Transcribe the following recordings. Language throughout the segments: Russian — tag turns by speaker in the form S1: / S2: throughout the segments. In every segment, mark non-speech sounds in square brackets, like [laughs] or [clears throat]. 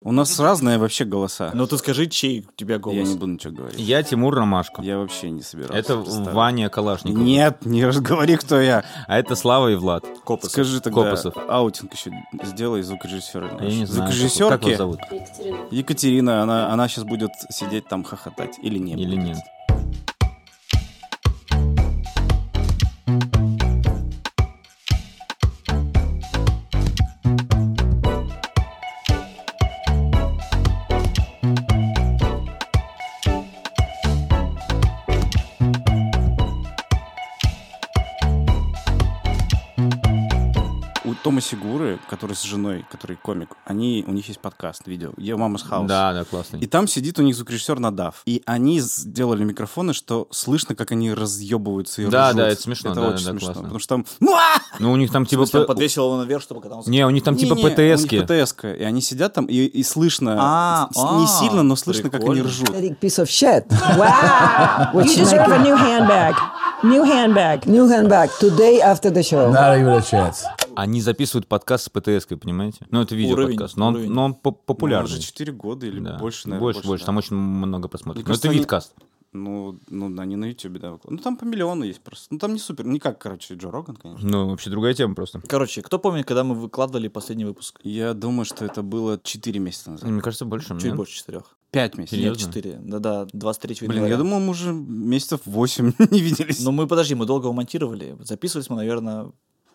S1: У
S2: Ну,
S1: нас разные вообще голоса.
S3: Ну ты скажи, чей у тебя
S1: Я
S3: голос?
S1: не буду ничего говорить.
S2: Я Тимур Ромашко.
S1: Я вообще не собирался.
S2: Это
S1: представлять.
S2: Ваня Калашников.
S1: Нет, не разговори, кто я.
S2: А это Слава и Влад.
S3: Копос.
S1: Скажи тогда,
S2: Копосов.
S1: аутинг еще сделай звукорежиссера.
S2: А Я не знаю, как, как
S1: Звукорежиссерки
S2: вас зовут.
S4: Екатерина.
S1: Екатерина, она, она сейчас будет сидеть там хохотать. Или не
S2: Или
S1: будет.
S2: нет.
S1: У Тома Сигуры, который с женой, который комик, они, у них есть подкаст, видео. Я мама с хаус.
S2: Да, да, классно.
S1: И там сидит у них звукорежиссер Надав. И они сделали микрофоны, что слышно, как они разъебываются и
S2: Да,
S1: ржут.
S2: да, это смешно,
S1: Это
S2: да,
S1: очень
S2: да,
S1: смешно.
S2: классно.
S1: Потому что там... «Муа!»
S2: Ну, у них там типа...
S3: Там
S2: п-
S3: подвесил его наверх, чтобы катался.
S2: Не, у них там типа
S1: Не-не, а у них
S2: ПТСки.
S1: ПТС-ка. И они сидят там, и, и слышно...
S3: А,
S1: с- не
S3: а,
S1: сильно, но слышно, как они
S3: прикольно.
S1: ржут.
S5: Pathetic piece of shit.
S6: [laughs] Wow.
S5: What
S6: you
S5: you
S6: deserve
S5: making?
S6: a new handbag. New handbag.
S5: New handbag today after the show.
S7: Not even a chance.
S2: Они записывают подкаст с ПТСкой, понимаете? Ну, это видео-подкаст, но
S3: уровень.
S2: он, но он по-
S1: Ну, он
S2: популярный.
S1: уже 4 года или
S2: Да.
S1: больше, наверное.
S2: больше, больше.
S1: да.
S2: Там очень много просмотров.
S1: Мне
S2: Ну,
S1: кажется,
S2: это
S1: они-
S2: видкаст.
S1: Ну, ну, да, не на Ютубе, да. выкла- Ну, там по миллиону есть просто. Ну, там не супер. Не как, короче, Джо Роган, конечно.
S2: Ну, вообще другая тема просто.
S3: Короче, кто помнит, когда мы выкладывали последний выпуск?
S1: Я думаю, что это было 4 месяца назад.
S2: Мне кажется, больше.
S3: Чуть
S2: нет?
S3: больше четырех.
S1: 5 месяцев.
S3: Нет,
S2: Серьезно?
S3: четыре. Да-да, 23
S1: Блин,
S3: января.
S1: я думал, мы уже месяцев 8 [laughs] не виделись.
S2: Ну,
S3: Но мы, подожди, мы долго его монтировали. Записывались мы, наверное,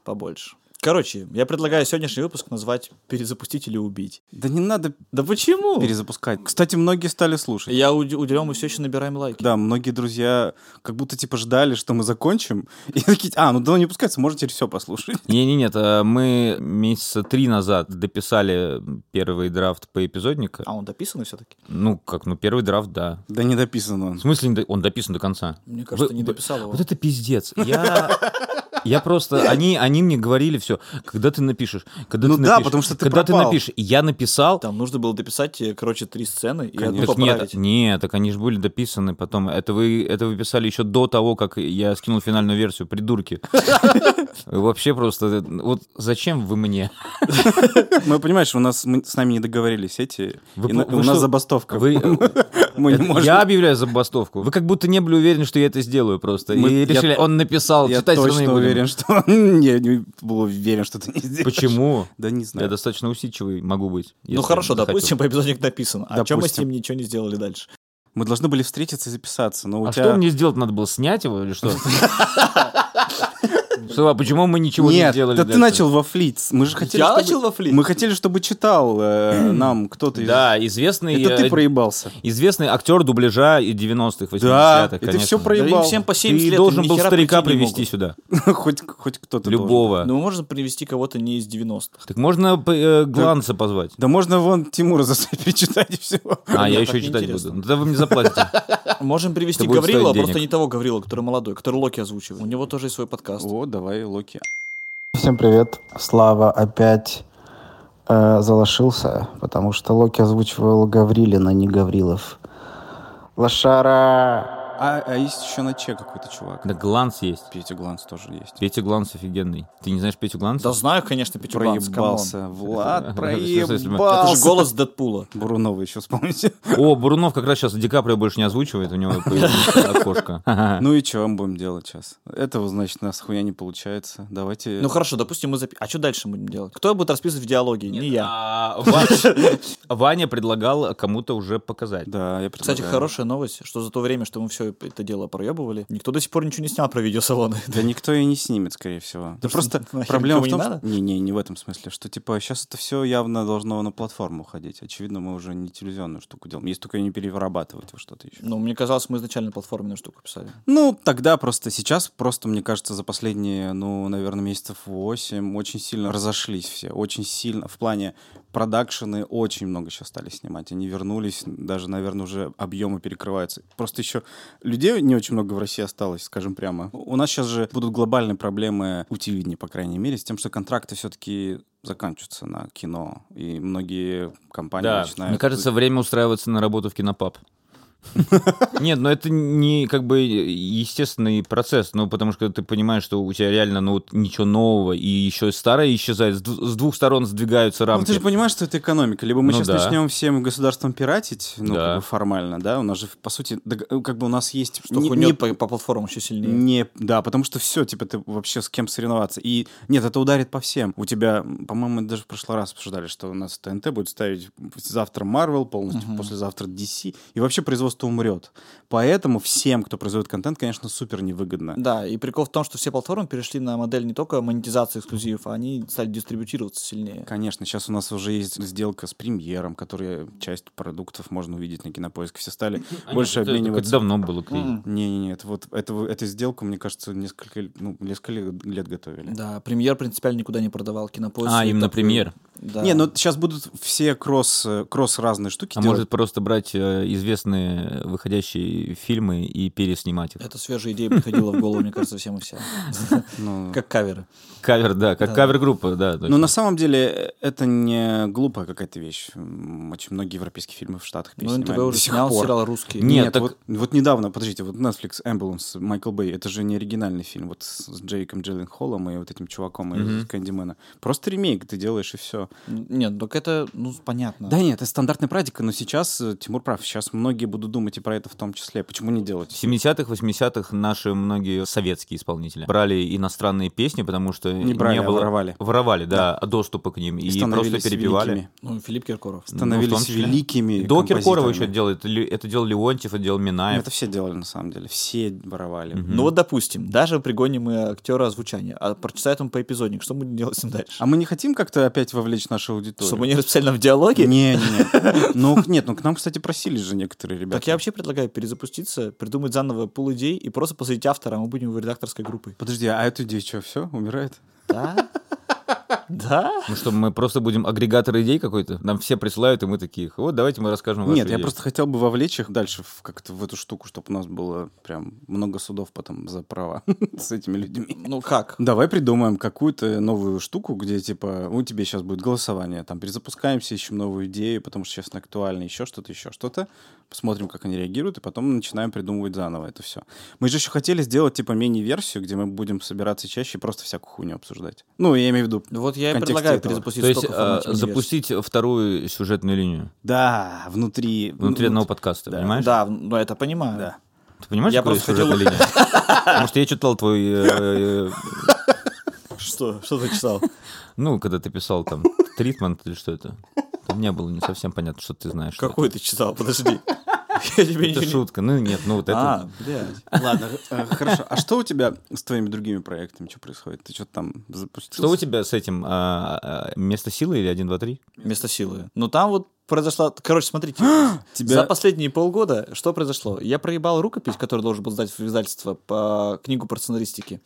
S3: побольше. Короче, я предлагаю сегодняшний выпуск назвать «Перезапустить или убить».
S1: Да не надо
S3: Да
S2: ну.
S3: почему?
S1: перезапускать. Кстати, многие стали слушать.
S3: Я уд- удивлен, мы все еще набираем лайки.
S1: Да, многие друзья как будто типа ждали, что мы закончим. И такие, а, ну да, не пускается, можете все послушать.
S2: Не-не-нет, а мы месяца три назад дописали первый драфт по эпизодника.
S3: А он дописанный все-таки?
S2: Ну, как, ну, первый драфт, да.
S1: Да не дописано.
S2: В
S1: он.
S2: смысле, не до- он дописан до конца?
S3: Мне кажется,
S2: Вы-
S3: не
S2: вы-
S3: дописал его.
S2: Вот это пиздец. Я... Я просто, они, они мне говорили все, когда ты напишешь, когда
S1: Ну
S2: ты
S1: да,
S2: напишешь,
S1: потому что ты
S2: когда ты
S1: пропал.
S2: напишешь, И я написал, э,
S3: Там нужно было дописать, э, короче, три сцены и одну
S1: Конечно.
S2: так нет,
S3: поправить.
S2: нет, так они же были дописаны потом. Это вы, это вы писали еще до того, как я скинул финальную версию, придурки. Вообще просто, вот зачем вы мне?
S1: Мы, понимаешь, у нас мы- с нами не договорились эти.
S2: Вы
S1: и на-
S2: пл-
S1: и
S2: вы
S1: у нас
S2: что-
S1: забастовка.
S2: Вы,
S1: Мы
S2: это-
S1: не можем.
S2: Я объявляю забастовку. Вы как будто не были уверены, что я это сделаю просто.
S1: Мы- я-
S2: и решили, он написал,
S1: Я
S2: читать всё равно не
S1: точно
S2: будем».
S1: уверен, что... [laughs] Я не был уверен, что ты не сделаешь.
S2: Почему?
S1: Да не
S2: Я
S1: знаю.
S2: достаточно усидчивый могу быть.
S3: Ну
S2: если
S3: хорошо,
S2: захочу.
S3: допустим, по эпизодник написан. А чем мы с
S1: Допустим.
S3: ним ничего не сделали дальше?
S1: Мы должны были встретиться и записаться, но у
S2: А
S1: тебя...
S2: что мне сделать? Надо было снять
S1: [laughs]
S2: его или что? Что, а почему мы ничего не
S1: Нет,
S2: сделали?
S1: да ты
S2: дальше?
S1: начал вафлить. Мы же хотели,
S3: Я
S1: чтобы-
S3: начал вафлить?
S1: Мы хотели, чтобы читал э,
S2: [clears throat]
S1: нам кто-то из...
S2: Да, известный...
S1: Это ты
S2: э,
S1: проебался.
S2: [laughs]
S1: [laughs]
S2: Известный актер дубляжа и 90-х, 80-х,
S1: Да, и ты
S2: конечно.
S1: всё
S3: Да
S1: проебал.
S3: им всем по 70
S2: Ты
S3: лет.
S2: должен
S3: им
S2: был
S3: нихера
S2: старика
S3: прийти не
S2: привести
S3: могут.
S2: сюда.
S1: Хоть, хоть кто-то должен.
S2: Любого.
S3: Ну, можно привести кого-то не из 90-х.
S2: Так можно п- э, Гланца позвать.
S1: Да можно вон Тимура [laughs] заставить читать и все.
S2: А,
S3: мне
S2: я
S3: так
S2: еще
S3: не
S2: читать
S3: интересно.
S2: буду. Ну, Тогда вы мне заплатите.
S3: [laughs] Можем привести
S2: Это будет
S3: Гаврила,
S2: стоить
S3: просто не
S2: денег.
S3: того Гаврила, который молодой, который Локи озвучивает. У него тоже есть свой подкаст.
S1: О, давай, Локи.
S8: Всем привет. Слава опять э, залошился, потому что Локи озвучивал Гаврилина, а не Гаврилов. Лошара!
S1: А, а есть еще на Че какой-то чувак.
S2: Да Гланц есть.
S1: Петя Гланс тоже есть.
S2: Петя Гланц офигенный. Ты не знаешь Петю Гланца?
S3: Да знаю, конечно, Петюганс,
S1: Проебался. Влад
S3: [laughs]
S2: Это же
S1: проебался.
S3: Это же голос Дэдпула.
S1: Брунова еще
S3: [laughs]
S1: вспомните.
S2: О, Бурунов как раз сейчас Ди Каприо больше не озвучивает, у него появилось окошко. [laughs] Ага.
S1: Ну и что мы будем делать сейчас? Этого, значит, у нас хуя не получается. Давайте...
S3: Ну хорошо, допустим, мы запи... А что дальше будем делать? Кто будет расписывать в диалоге? Не я.
S2: А, Ваня- [laughs] Ваня предлагал кому-то уже показать.
S1: Да, я предлагаю.
S3: Кстати, хорошая новость, что за то время, что мы все это дело проебывали, никто до сих пор ничего не снял про видеосалоны. [laughs]
S1: Да никто и не снимет, скорее всего. Да
S3: что,
S1: просто
S3: [laughs] нахер
S1: проблема в
S3: никому
S1: том,
S3: не
S1: что...
S3: надо?
S1: Не, не, не в этом смысле, что типа сейчас это все явно должно на платформу ходить. Очевидно, мы уже не телевизионную штуку делаем, если только ее не перерабатывать во что-то еще.
S3: Ну, мне казалось, мы изначально платформенную штуку писали.
S1: Ну, тогда просто сейчас, просто, мне кажется, за последние, ну, наверное, месяцев 8 очень сильно разошлись все. Очень сильно. В плане продакшены очень много сейчас стали снимать. Они вернулись, даже, наверное, уже объемы перекрываются. Просто еще людей не очень много в России осталось, скажем прямо. У нас сейчас же будут глобальные проблемы у телевидения, по крайней мере, с тем, что контракты все-таки заканчиваются на кино. И многие компании
S2: Да,
S1: начинают... [laughs]
S2: мне кажется, время устраиваться на работу в кинопаб. Нет, но это не как бы естественный процесс, ну, потому что ты понимаешь, что у тебя реально, ну, вот ничего нового, и еще старое исчезает, с ду- с двух сторон сдвигаются
S1: Ну, ты
S2: рамки.
S1: же понимаешь, что это экономика. Либо мы
S2: Ну
S1: сейчас
S2: да.
S1: начнем всем государством пиратить, ну,
S2: Да.
S1: как бы формально, да, у нас же, по сути, дог- э, как бы у нас есть...
S3: Что
S1: не-
S3: хунет
S1: не-
S3: по, по платформам еще сильнее.
S1: Не, да, потому что все, типа, ты вообще с кем соревноваться. И нет, это ударит по всем. У тебя, м, по-моему, мы даже в прошлый раз обсуждали, что у нас ТНТ будет ставить завтра Marvel полностью, послезавтра DC, и вообще производство умрет. Поэтому всем, кто производит контент, конечно, супер невыгодно.
S3: Да, и прикол в том, что все платформы перешли на модель не только монетизации эксклюзивов, а они стали дистрибутироваться сильнее.
S1: Конечно, сейчас у нас уже есть сделка с премьером, которая часть продуктов можно увидеть на кинопоиске. Все стали больше
S2: Это- это как
S1: обмениваться.
S2: давно было. Клей.
S1: Не-не-не, это вот эту, эту сделку, мне кажется, несколько, л- ну, несколько лет лет готовили.
S3: Да, премьер принципиально никуда не продавал кинопоиск.
S2: А,
S3: и
S2: именно
S3: такой-
S2: премьер.
S3: Да.
S1: Не, ну сейчас будут все кросс, э, кросс разные штуки
S2: А
S1: делать.
S2: может просто брать э, известные выходящие фильмы и переснимать их.
S3: Это свежая идея приходила в голову, мне кажется, всем и
S1: [laughs]
S3: вся.
S1: Ну,
S3: Как каверы.
S2: Кавер, да, как
S3: Да.
S2: кавер-группа, да. то
S1: ну,
S2: есть.
S1: на самом деле, э, это не глупая какая-то вещь. М, Очень многие европейские фильмы в Штатах
S3: Ну,
S1: переснимают
S3: НТВ
S1: до
S3: уже
S1: сих
S3: снял
S1: пор.
S3: сериал «Русский».
S2: Не-
S1: Нет,
S2: Нет, так-
S1: вот, вот недавно, подождите, вот Netflix Ambulance, Майкл Бэй, это же не оригинальный фильм, вот с с Джейком Джиллен Холлом и вот этим чуваком из
S2: Мгм.
S1: Кэндимена. Просто ремейк ты делаешь, и все.
S3: Нет, так это, ну, понятно.
S1: Да нет, это стандартная практика, но сейчас, э, Тимур прав, сейчас многие будут думать и про это в том числе. Почему не
S2: В
S1: делать?
S2: 70-х, 80-х наши многие советские исполнители брали иностранные песни, потому что
S1: Не брали, а
S2: было...
S1: воровали.
S2: Воровали, да, доступа к ним. И, просто
S1: становились
S2: перепевали.
S1: великими.
S3: Ну, Филипп Киркоров.
S2: Ну, в том
S1: Становились
S2: числе.
S1: великими
S2: До Киркорова
S1: композиторами.
S2: еще это делает. Ле- Это делал Леонтьев, это делал
S1: Ну,
S2: Минаев.
S1: Это все делали, на самом деле. Все воровали.
S2: Мгм.
S3: Ну вот, допустим, даже пригоним мы актера озвучания, а прочитает он по эпизодник, что будем делать с ним дальше?
S1: А мы не хотим как-то опять вовлечь нашу аудиторию?
S3: Чтобы они расписали нам в диалоге?
S1: Не, не, не. Ну, нет, ну к нам, кстати, просились же некоторые ребята.
S3: Так я вообще предлагаю перезапуститься, придумать заново пул идей и просто посадить автора, а мы будем в редакторской группой.
S1: Подожди, а эту идею что, все, умирает?
S3: Да? Да?
S2: Ну что, мы просто будем агрегатор идей какой-то? Нам все присылают, и мы такие, Ну, вот давайте мы расскажем ваши
S1: Нет, я
S2: идеи».
S1: просто хотел бы вовлечь их дальше в, как-то в эту штуку, чтобы у нас было прям много судов потом за права [laughs] с этими людьми.
S3: Ну как?
S1: Давай придумаем какую-то новую штуку, где типа у тебя сейчас будет голосование, там перезапускаемся, ищем новую идею, потому что сейчас актуально еще что-то, еще что-то, посмотрим, как они реагируют, и потом начинаем придумывать заново это все. Мы же еще хотели сделать типа мини-версию, где мы будем собираться чаще и просто всякую хуйню обсуждать. Ну, я имею в виду,
S3: Вот я и
S1: контексте
S3: предлагаю
S1: этого.
S2: То
S3: перезапуститься
S2: есть
S3: только в
S2: э,
S3: формате университета.
S2: запустить вторую сюжетную линию
S1: да, внутри...
S2: внутри
S1: ну,
S2: одного подкаста,
S1: да.
S2: понимаешь?
S3: Да, ну это понимаю.
S1: Да.
S2: Ты понимаешь,
S3: Я
S2: какую
S3: просто хотел-
S2: сюжетную линию? Потому что я читал твой... э, э,
S3: Что? Что ты читал?
S2: Ну, когда ты писал там тритмент или что это. Мне было не совсем понятно, что ты знаешь. что
S3: Какой ты читал?
S2: [laughs]
S3: Подожди. Я тебе ничего
S2: Это Это
S3: не-
S2: шутка. Ну, нет, ну вот это...
S3: А, блядь.
S1: Ладно, э, хорошо. А что у тебя с твоими другими проектами? Что происходит? Ты что-то там запустил?
S2: Что у тебя с этим? а, а, Место силы или 1, 2, 3?
S3: Вместо силы. Ну там вот произошла...
S1: [gasps]
S3: Короче, смотрите.
S1: Тебя-
S3: За последние полгода что произошло? Я проебал рукопись, которую должен был сдать в издательство по книгу по
S1: [laughs]
S3: сценаристике.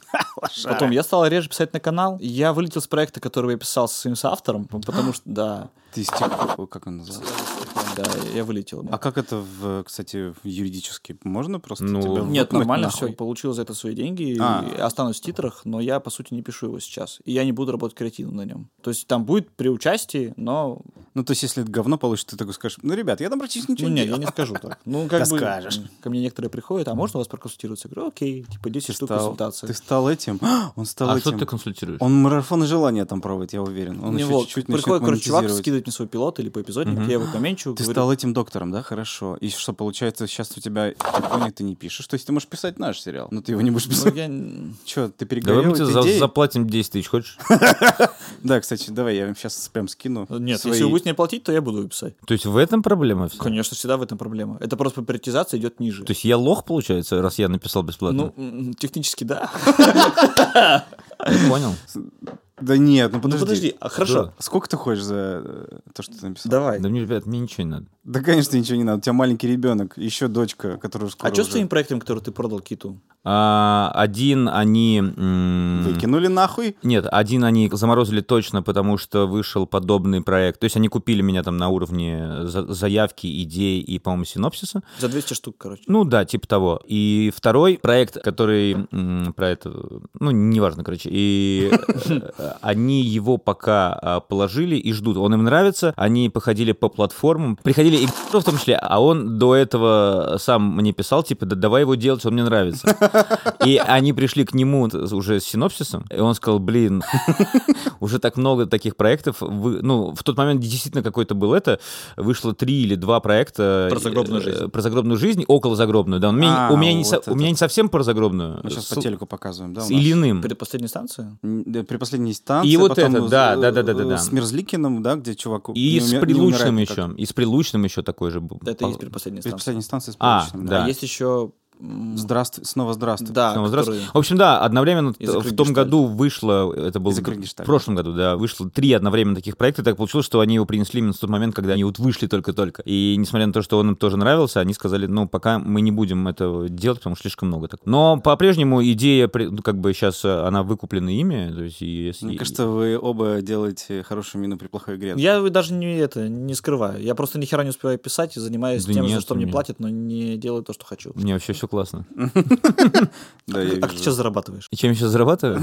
S3: Потом я стал реже писать на канал. Я вылетел с проекта, который я писал со своим
S1: [gasps]
S3: соавтором, потому что... Да,
S1: Ты стих... Как он называется?
S3: да, я вылетел.
S1: А как это, в, кстати, в юридически? Можно просто?
S2: Ну,
S1: тебя
S3: Нет,
S1: выкнуть
S3: нормально
S1: нахуй?
S3: все, получил за это свои деньги, и
S1: А.
S3: останусь в титрах, но я, по сути, не пишу его сейчас. И я не буду работать креативно на нем. То есть там будет при участии, но...
S1: Ну, то есть, если это говно получишь, ты такой скажешь, ну, ребят, я там практически
S3: Ну,
S1: ничего не
S3: нет, я
S1: делал.
S3: не скажу так. Ну, как
S1: Да
S3: бы...
S1: скажешь.
S3: Ко мне некоторые приходят, а можно у вас проконсультироваться? Я говорю, окей, типа 10
S1: [laughs] Ты
S3: штук
S1: стал-
S3: консультации.
S1: Ты стал этим? [gasps] Он стал
S2: А
S1: этим.
S2: что ты консультируешь?
S1: Он марафон желания там проводит, я уверен. Он
S3: Мне
S1: еще
S3: вот
S1: чуть-чуть начнет
S3: приходит, короче, чувак,
S1: монетизировать.
S3: скидывает мне свой пилот или по эпизодник, я его поменьчу,
S1: Ты
S3: говорю, «Ну,
S1: стал этим доктором, да? Хорошо. И что, получается, сейчас у тебя Япония ты не пишешь. То есть ты можешь писать наш сериал, но ты его не будешь
S3: «Ну, [laughs]
S1: писать.
S3: я н-
S1: Че, ты перегорел
S2: Давай мы тебе
S1: этой
S2: за-
S1: идеей?
S2: заплатим 10 тысяч, хочешь?
S1: Да, кстати, давай я вам сейчас прям скину.
S3: Нет,
S1: свои-
S3: если вы будете мне платить, то я буду его писать.
S2: То есть в этом проблема? вся?
S3: Конечно, всегда в этом проблема. Это просто приоритизация идет ниже.
S2: То есть я лох, получается, раз я написал бесплатно?
S3: Ну, м, технически да.
S2: Ты понял?
S1: Да нет, ну подожди.
S3: Ну подожди, а, хорошо.
S2: Да.
S1: Сколько ты хочешь за э, то, что ты написал?
S3: Давай.
S2: Да мне, ребят, мне ничего не надо.
S1: Да, конечно, ничего не надо. У тебя маленький ребенок, еще дочка, которую скоро
S3: А что с
S1: уже
S3: твоим проектом, который ты продал Киту?
S2: А, один они... м,
S1: выкинули нахуй.
S2: Нет, один они заморозили точно, потому что вышел подобный проект. То есть они купили меня там на уровне э, за- заявки, идей и, по-моему, синопсиса.
S3: За 200 штук, короче.
S2: Ну да, типа того. И второй проект, который м, про это, ну неважно, короче, и э, они его пока а, положили и ждут. Он им нравится. Они походили по платформам, приходили числе, и в том числе, а он до этого сам мне писал, типа, да давай его делать, он мне нравится. И они пришли к нему уже с синопсисом, и он сказал, блин, [laughs] уже так много таких проектов. вы- Ну, в тот момент действительно какой-то был это. Вышло три или два проекта.
S3: Про загробную
S2: э,
S3: жизнь.
S2: э, Про загробную жизнь, около загробную, да. У меня
S1: А,
S2: у меня не
S1: вот
S2: со-
S1: это.
S2: у меня не совсем про загробную.
S1: Мы сейчас
S2: С-
S1: по телеку показываем, да? у
S2: С
S1: нас?
S2: Ильиным.
S3: Предпоследнюю станцию?
S1: М, да, При последней станции.
S2: И вот
S1: потом
S2: это,
S1: с- э,
S2: да, да, да, да, да, да.
S1: С Мерзликиным, да, где чувак...
S2: И
S1: не
S2: с
S1: уме- не
S2: Прилучным
S1: умирает никак.
S2: еще. И с Прилучным еще такой же был.
S3: Это и есть
S2: По-
S3: предпоследняя
S1: При
S3: станция.
S1: последней станции с
S2: А,
S1: Прилучным,
S2: да.
S3: Есть еще... м,
S1: Здравствуй, снова здравствуй.
S3: Да,
S2: Снова здравствуй.
S3: который-
S2: В общем, да, одновременно
S3: Из игры
S2: в том
S3: Гештальт.
S2: году вышло, это было
S1: Из игры
S2: в
S1: Гештальт.
S2: прошлом году, да, вышло три одновременно таких проекта, и так получилось, что они его принесли именно в тот момент, когда они вот вышли только-только. И несмотря на то, что он им тоже нравился, они сказали, ну, пока мы не будем этого делать, потому что слишком много так. Но по-прежнему идея, при- ну, как бы сейчас э, она выкуплена ими, то есть и если...
S1: Мне кажется, вы оба делаете хорошую мину при плохой игре.
S3: Я даже не это не скрываю. Я просто ни хера не успеваю писать и занимаюсь
S2: Да
S3: тем, за
S2: нет,
S3: что мне
S2: нет.
S3: платят, но не делаю то, что хочу.
S2: мне вообще все классно.
S1: Да,
S3: а
S2: [laughs]
S1: я
S3: ты
S1: вижу.
S3: сейчас зарабатываешь?
S2: И чем я сейчас зарабатываю?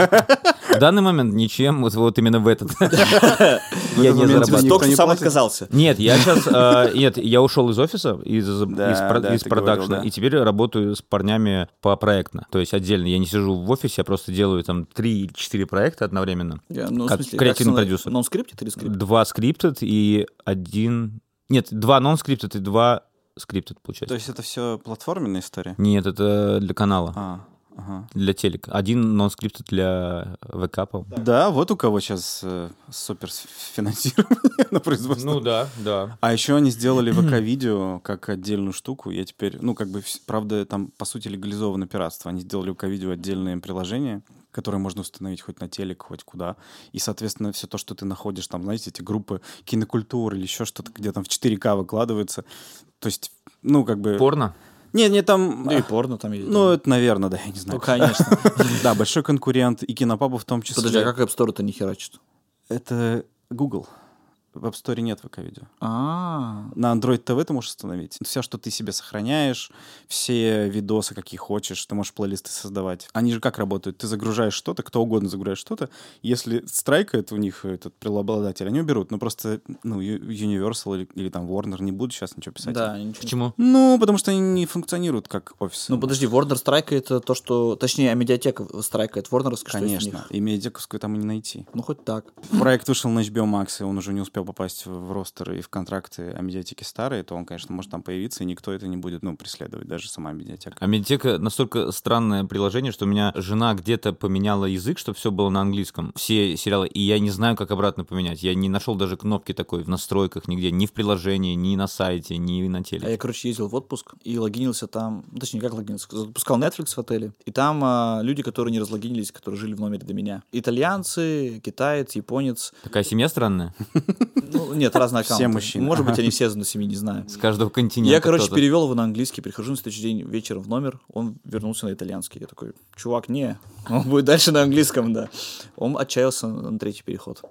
S2: В данный момент ничем, вот, вот именно в этот.
S1: В
S2: Я
S1: этот
S2: не
S1: момент тебе
S2: зарабатываю.
S1: никто
S3: Только
S1: не
S3: сам
S1: платит?
S3: отказался.
S1: [laughs]
S2: Нет, я сейчас, нет, я ушел из офиса, из, из
S1: Да,
S2: про-
S1: да,
S2: из
S1: ты говорил,
S2: продакшна,
S1: да.
S2: и теперь работаю с парнями по проектно. То есть отдельно я не сижу в офисе, я просто делаю там 3-4 проекта одновременно.
S3: Я, ну, в
S2: Как
S3: смысле,
S2: креативный
S3: как сон-
S2: продюсер.
S3: Нон-скриптед или скрипт?
S2: Два скриптед и один... Нет, два нон-скриптед и два скриптед,
S1: То
S2: получается.
S1: есть это все платформенная история?
S2: Нет, это для канала,
S1: А, ага.
S2: для телека. Один нон-скриптед для ВК, по
S1: Да, вот у кого сейчас супер финансирование [laughs] на производство.
S3: Ну
S2: да, да.
S1: А еще они
S3: [clears throat]
S1: сделали ВК-видео как отдельную штуку. Я теперь, ну, как бы, вс- правда, там, по сути, легализовано пиратство. Они сделали ВК-видео отдельное приложение, которое можно установить хоть на телек, хоть куда. И, соответственно, все то, что ты находишь, там, знаете, эти группы кинокультуры или еще что-то, где там в 4К выкладывается. То есть, ну, как бы...
S2: Порно?
S1: Не, не, там...
S3: Да и
S1: а,
S3: порно там есть.
S1: Ну, это, наверное, да, я не
S3: Ну,
S1: знаю.
S3: конечно.
S1: Да, большой конкурент и кинопапа в том числе.
S3: [laughs] Подожди, а как App Store это не херачит?
S1: Это Google. В App Store нет ВК-видео.
S3: А,
S1: На Android TV ты можешь установить. Все, что ты себе сохраняешь, все видосы, какие хочешь, ты можешь плейлисты создавать. Они же как работают? Ты загружаешь что-то, кто угодно загружает что-то. Если страйкает у них этот преобладатель, они уберут. Ну, просто, ну, Ю- Universal или, или там Warner не будут сейчас ничего писать.
S3: да, ничего.
S2: Почему?
S1: Ну, потому что они не функционируют как офисы.
S3: Ну подожди, Warner страйкает э, то, что... Точнее, а медиатека страйкает Warner, что есть у
S1: Конечно,
S3: них.
S1: и медиаковскую там и не найти.
S3: Ну хоть так.
S1: Проект вышел на HBO Max, и он уже не успел попасть в ростер и в контракты, а медиатеки старые, то он, конечно, может там появиться, и никто это не будет, ну, преследовать, даже сама медиатека.
S2: А медиатека настолько странное приложение, что у меня жена где-то поменяла язык, чтобы все было на английском. Все сериалы. И я не знаю, как обратно поменять. Я не нашел даже кнопки такой в настройках нигде. Ни в приложении, ни на сайте, ни на
S3: А
S2: теле.
S3: я, короче, ездил в отпуск и логинился там, ну, точнее, как логинился, запускал Netflix в отеле, и там а, люди, которые не разлогинились, которые жили в номере до меня. Итальянцы, китаец, японец,
S2: Такая семья странная.
S3: ну, нет,
S2: [laughs]
S3: разные
S1: Все
S3: аккаунты.
S1: мужчины.
S3: Может быть, они все на семьи, не знаю.
S2: С каждого континента.
S3: Я, короче,
S2: кто-то.
S3: перевел его на английский, прихожу на следующий день вечером в номер, он вернулся на итальянский. Я такой, чувак, не, он будет дальше на английском, да. Он отчаялся на третий переход.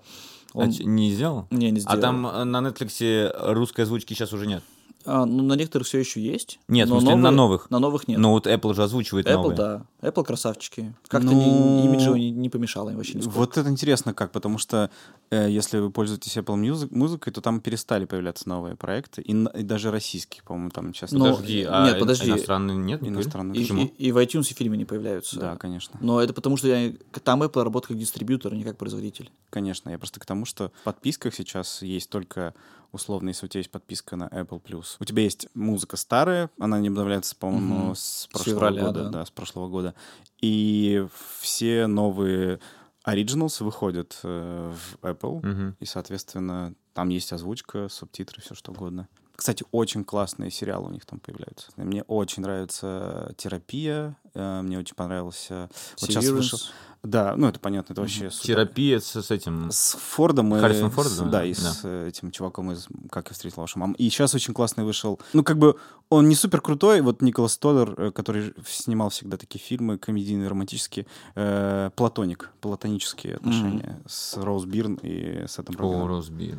S3: Он...
S2: А чё, не сделал?
S3: Не, не
S2: А
S3: сделал.
S2: там э, на Netflix русской озвучки сейчас уже нет.
S3: А, ну, на некоторых все еще есть.
S2: Нет, в
S3: но
S2: смысле, на
S3: новые-
S2: новых. Ну,
S3: На новых нет.
S2: Но вот Apple же озвучивает
S3: Apple,
S2: новые.
S3: да. Apple красавчики. Как-то
S1: Ну,
S3: не, имиджево не, не помешало им вообще нисколько.
S1: Вот это интересно как, потому что э, если вы пользуетесь Apple Music, музыкой, то там перестали появляться новые проекты, и, на- и даже российские, по-моему, там сейчас...
S3: Но-
S2: Подожди, а
S3: Ну, э, нет, подожди.
S2: иностранные нет? не были?
S1: Иностранные.
S3: И,
S2: Почему?
S3: и- и в iTunes фильмы не появляются.
S1: Да, конечно.
S3: Но это потому, что я- там Apple работает как дистрибьютор, а не как производитель.
S1: Конечно, я просто к тому, что в подписках сейчас есть только условно, если у тебя есть подписка на Apple+. У тебя есть музыка старая, она не обновляется, по-моему,
S3: Мгм.
S1: с прошлого
S3: февраля,
S1: года.
S3: да.
S1: Да. с прошлого года. И все новые Originals выходят э, в Apple,
S2: Мгм.
S1: и, соответственно, там есть озвучка, субтитры, все что угодно. Кстати, очень классные сериалы у них там появляются. Мне очень нравится «Терапия», э, мне очень понравился... Вот сейчас
S3: Severance.
S1: вышел... Да, ну это понятно, это вообще супер.
S2: Терапия с, с этим.
S1: С Фордом и...
S2: Харрисоном
S1: с-
S2: Фордом,
S1: Да,
S2: да?
S1: и с
S2: Да.
S1: э, этим чуваком из «Как я встретил вашу маму». И сейчас очень классный вышел. Ну, как бы он не супер крутой. Вот Николас Тодор, э, который снимал всегда такие фильмы комедийные, романтические. э, «Платоник». Платонические отношения с Роуз Бирн и с этим
S2: О, Росби.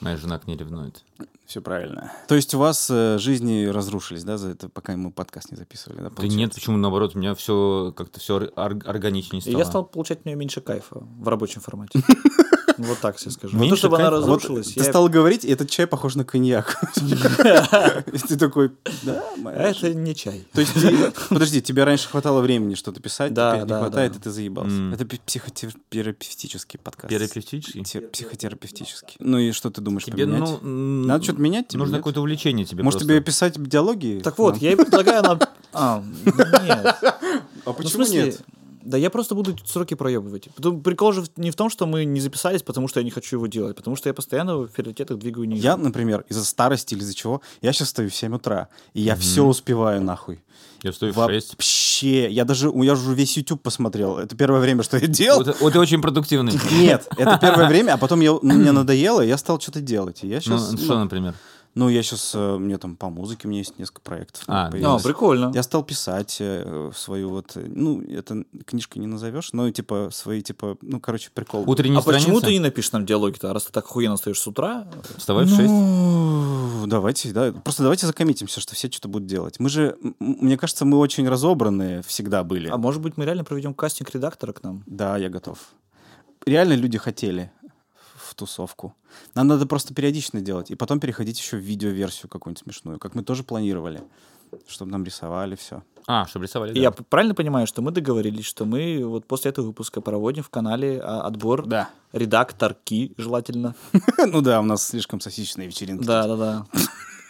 S2: Моя жена к ней ревнует.
S1: Все правильно. То есть у вас э, жизни разрушились, да, за это, пока мы подкаст не записывали? Да, А
S2: Да нет, почему наоборот, у меня все как-то все
S3: [laughs]
S2: органичнее
S3: И
S1: [laughs]
S2: стало.
S3: я стал получать у нее меньше кайфа в рабочем формате. Вот так себе скажу.
S2: Меньше
S3: Ну, то, чтобы она
S2: кайфа.
S1: Вот
S3: разрушилась.
S1: ты
S3: я-
S1: стал говорить, и этот чай похож на коньяк. [laughs] И ты такой, да,
S3: А
S2: Э,
S1: моя
S3: Это не чай.
S1: То есть, ты- подожди, тебе раньше хватало времени что-то писать,
S3: Да,
S1: теперь
S3: да,
S1: не хватает,
S3: да.
S1: и ты заебался.
S2: М.
S1: Это пи- психотерапевтический подкаст.
S2: Терапевтический?
S1: Те- Психотерапевтический. Ну и что ты думаешь
S2: Тебе,
S1: поменять?
S2: ну... м,
S1: Надо что-то менять тебе,
S2: Нужно
S1: нет?
S2: какое-то увлечение тебе
S1: Может,
S2: просто.
S1: тебе писать диалоги?
S3: Так вот,
S1: Нам?
S3: я ей предлагаю нам... А, нет.
S1: А
S3: Ну, в
S1: почему
S3: смысле,
S1: нет?
S3: Да я просто буду сроки проебывать. Потом Прикол же в- не в том, что мы не записались, потому что я не хочу его делать, потому что я постоянно в приоритетах двигаю ниже. А,
S1: Я, например, из-за старости или из-за чего, я сейчас стою в 7 утра, и я все успеваю нахуй.
S2: Я встаю в 6.
S1: Вообще, я даже, я уже весь YouTube посмотрел. Это первое время, что я делал.
S2: Вот, вот ты очень продуктивный. Ну,
S1: Нет, это первое время, а потом я, ну, мне надоело, и я стал что-то делать. И я
S2: Ну,
S1: сейчас,
S2: что, например?
S1: Ну, я сейчас, мне там по музыке, у меня есть несколько проектов.
S2: А,
S1: там
S3: А,
S1: появилось.
S3: прикольно.
S1: Я стал писать э, свою вот, э, ну, это книжкой не назовешь, но типа свои, типа, ну, короче, прикол.
S2: Утренние
S3: А почему
S2: страницы?
S3: ты не напишешь нам диалоги-то, раз ты так охуенно стоишь с утра?
S2: Вставай в
S3: Ну.
S2: 6.
S1: Ну, давайте, да. Просто давайте закоммитимся, что все что-то будут делать. Мы же, м- м- мне кажется, мы очень разобранные всегда были.
S3: А может быть, мы реально проведем кастинг редактора к нам?
S1: Да, я готов. Реально люди хотели в тусовку. Нам надо просто периодично делать, и потом переходить еще в видеоверсию какую-нибудь смешную, как мы тоже планировали, чтобы нам рисовали все.
S2: А, чтобы рисовали,
S3: И Я
S2: да.
S3: п- правильно понимаю, что мы договорились, что мы вот после этого выпуска проводим в канале а, отбор
S1: Да.
S3: редакторки, желательно.
S1: Ну да, у нас слишком сосисочная вечеринка.
S3: Да, да, да.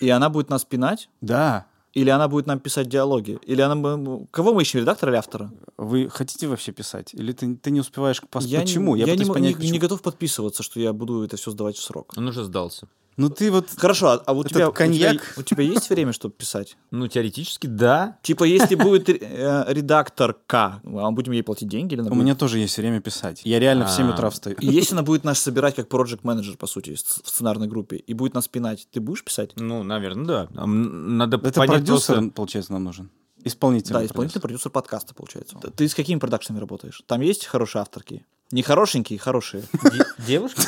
S3: И она будет нас пинать,
S1: Да.
S3: или она будет нам писать диалоги, или она... бы- Кого мы ищем, редактора или автора?
S1: Вы хотите вообще писать? Или ты, ты не успеваешь к пос-
S3: Я не-
S1: Почему?
S3: Я, не,
S1: пытаюсь
S3: м-
S1: понять,
S3: не-
S1: почему.
S3: не готов подписываться, что я буду это все сдавать в срок.
S2: Он ну, уже сдался.
S1: Ну ты вот...
S3: Хорошо, а, а у,
S1: Этот
S3: тебя, у тебя-
S1: коньяк.
S3: у тебя есть время, чтобы писать?
S2: Ну, теоретически, да.
S3: [laughs] Типа, если будет э, э, редакторка, а будем ей платить деньги или она
S1: У
S3: будет-
S1: меня тоже есть время писать. Я реально в 7
S2: А,
S1: утра встаю.
S3: И если она будет нас собирать как проект менеджер по сути, с- в сценарной группе, и будет нас пинать, ты будешь писать?
S2: Ну, наверное, да. А м, Надо
S1: [laughs] Это
S2: понять
S1: продюсер,
S2: просто...
S1: получается, нам нужен. Исполнитель.
S3: да, исполнительный продюсер подкаста, получается. Т- Ты с какими продакшнами работаешь? Там есть хорошие авторки? Не хорошенькие, [laughs] хорошие.
S2: Де- Девушки?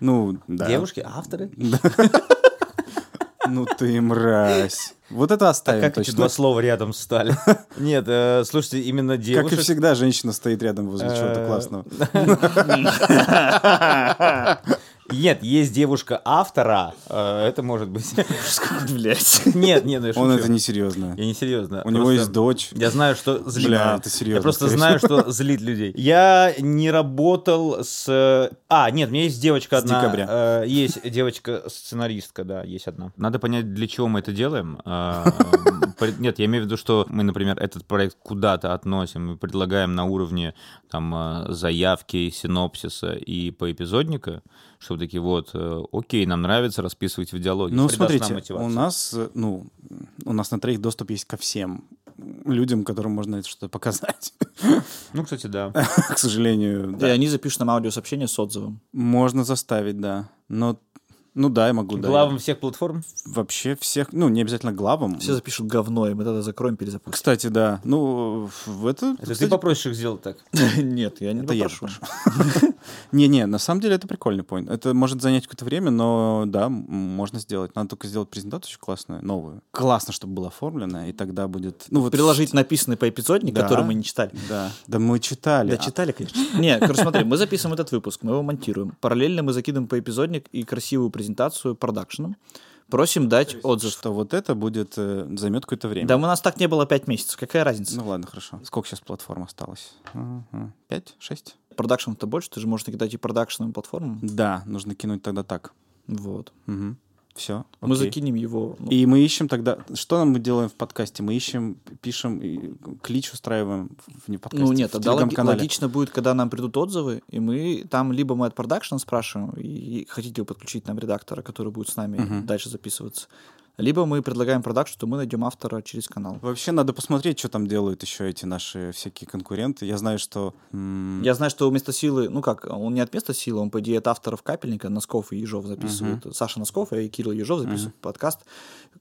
S1: Ну, [laughs] да.
S2: Девушки? Авторы?
S1: Ну ты мразь. Вот это оставим
S2: Как эти
S1: точно.
S2: два слова рядом стали? [laughs] Нет, э, слушайте, именно
S1: Как и
S2: девушек...
S1: всегда, женщина стоит рядом возле чего-то
S2: Э,
S1: классного.
S2: Нет, есть девушка автора. э, Это может быть.
S3: Блять.
S2: Нет, нет, ну я
S1: Он
S2: шучу.
S1: это несерьезно.
S2: Я не серьезно.
S1: У него есть дочь.
S2: Я знаю, что злит.
S1: Бля,
S2: Да.
S1: ты серьезно,
S2: Я просто
S1: скорее
S2: знаю, что злит людей. Я не работал с... А, нет, у меня есть девочка
S1: С
S2: одна.
S1: декабря.
S2: э, есть девочка-сценаристка, да, есть одна. Надо понять, для чего мы это делаем. [laughs] Э, при- Нет, я имею в виду, что мы, например, этот проект куда-то относим и предлагаем на уровне там э, заявки, синопсиса и поэпизодника, чтобы такие вот, э, окей, нам нравится, расписывайте в диалоге.
S1: Ну,
S2: Придаст нам
S1: смотрите,
S2: мотивацию.
S1: у нас, э, ну, у нас на троих доступ есть ко всем людям, которым можно это что-то показать. [laughs]
S2: Ну, кстати, [laughs] да.
S1: К сожалению,
S3: И
S1: да.
S3: они запишут нам аудиосообщение с отзывом.
S1: Можно заставить, да. Но, ну да, я могу, да.
S2: Главам всех платформ.
S1: Вообще всех, ну, не обязательно главам.
S3: Все запишут говно, и мы тогда закроем, перезапустим.
S1: Кстати, да. Ну, в это...
S2: Это ты
S1: кстати,
S2: попросишь их сделать так.
S3: [laughs] Нет, я не
S1: Это я
S3: попрошу.
S1: Не-не, на самом деле это прикольный поинт. Это может занять какое-то время, но да, м, можно сделать. Надо только сделать презентацию очень классную, новую. Классно, чтобы было оформлено, и тогда будет... Ну, вот...
S3: Приложить написанный по эпизодник,
S1: Да.
S3: который мы не читали.
S1: Да. Да мы читали. А,
S3: Да, читали, конечно. [laughs] Не, короче, смотри, мы записываем этот выпуск, мы его монтируем. Параллельно мы закидываем по эпизодник и красивую презентацию продакшеном. Просим дать
S1: А
S3: отзыв.
S1: Что вот это будет, э, займет какое-то время.
S3: Да у нас так не было пять месяцев, какая разница?
S1: Ну ладно, хорошо. Сколько сейчас платформ осталось? Мгм. Пять? Шесть?
S3: Продакшн-то больше, ты же можешь накидать и продакшным платформам.
S1: Да, нужно кинуть тогда так.
S3: Вот.
S1: Все.
S3: Мы закинем его. ну,
S1: И мы ищем тогда... Что мы делаем в подкасте? Мы ищем, пишем, и клич устраиваем в- вне подкасте.
S3: Ну нет,
S1: в
S3: тогда логи-
S1: телеграм-канале.
S3: логично будет, когда нам придут отзывы, и мы там либо мы от продакшн спрашиваем, и и хотите вы подключить нам редактора, который будет с нами
S1: Мгм.
S3: дальше записываться, либо мы предлагаем продакшн, что мы найдем автора через канал.
S1: Вообще надо посмотреть, что там делают еще эти наши всякие конкуренты. Я знаю, что... м,
S3: Я знаю, что вместо силы, ну как, он не от места силы, он, по идее, от авторов Капельника, Носков и Ежов записывают. Саша Носков и Кирилл Ежов записывают подкаст.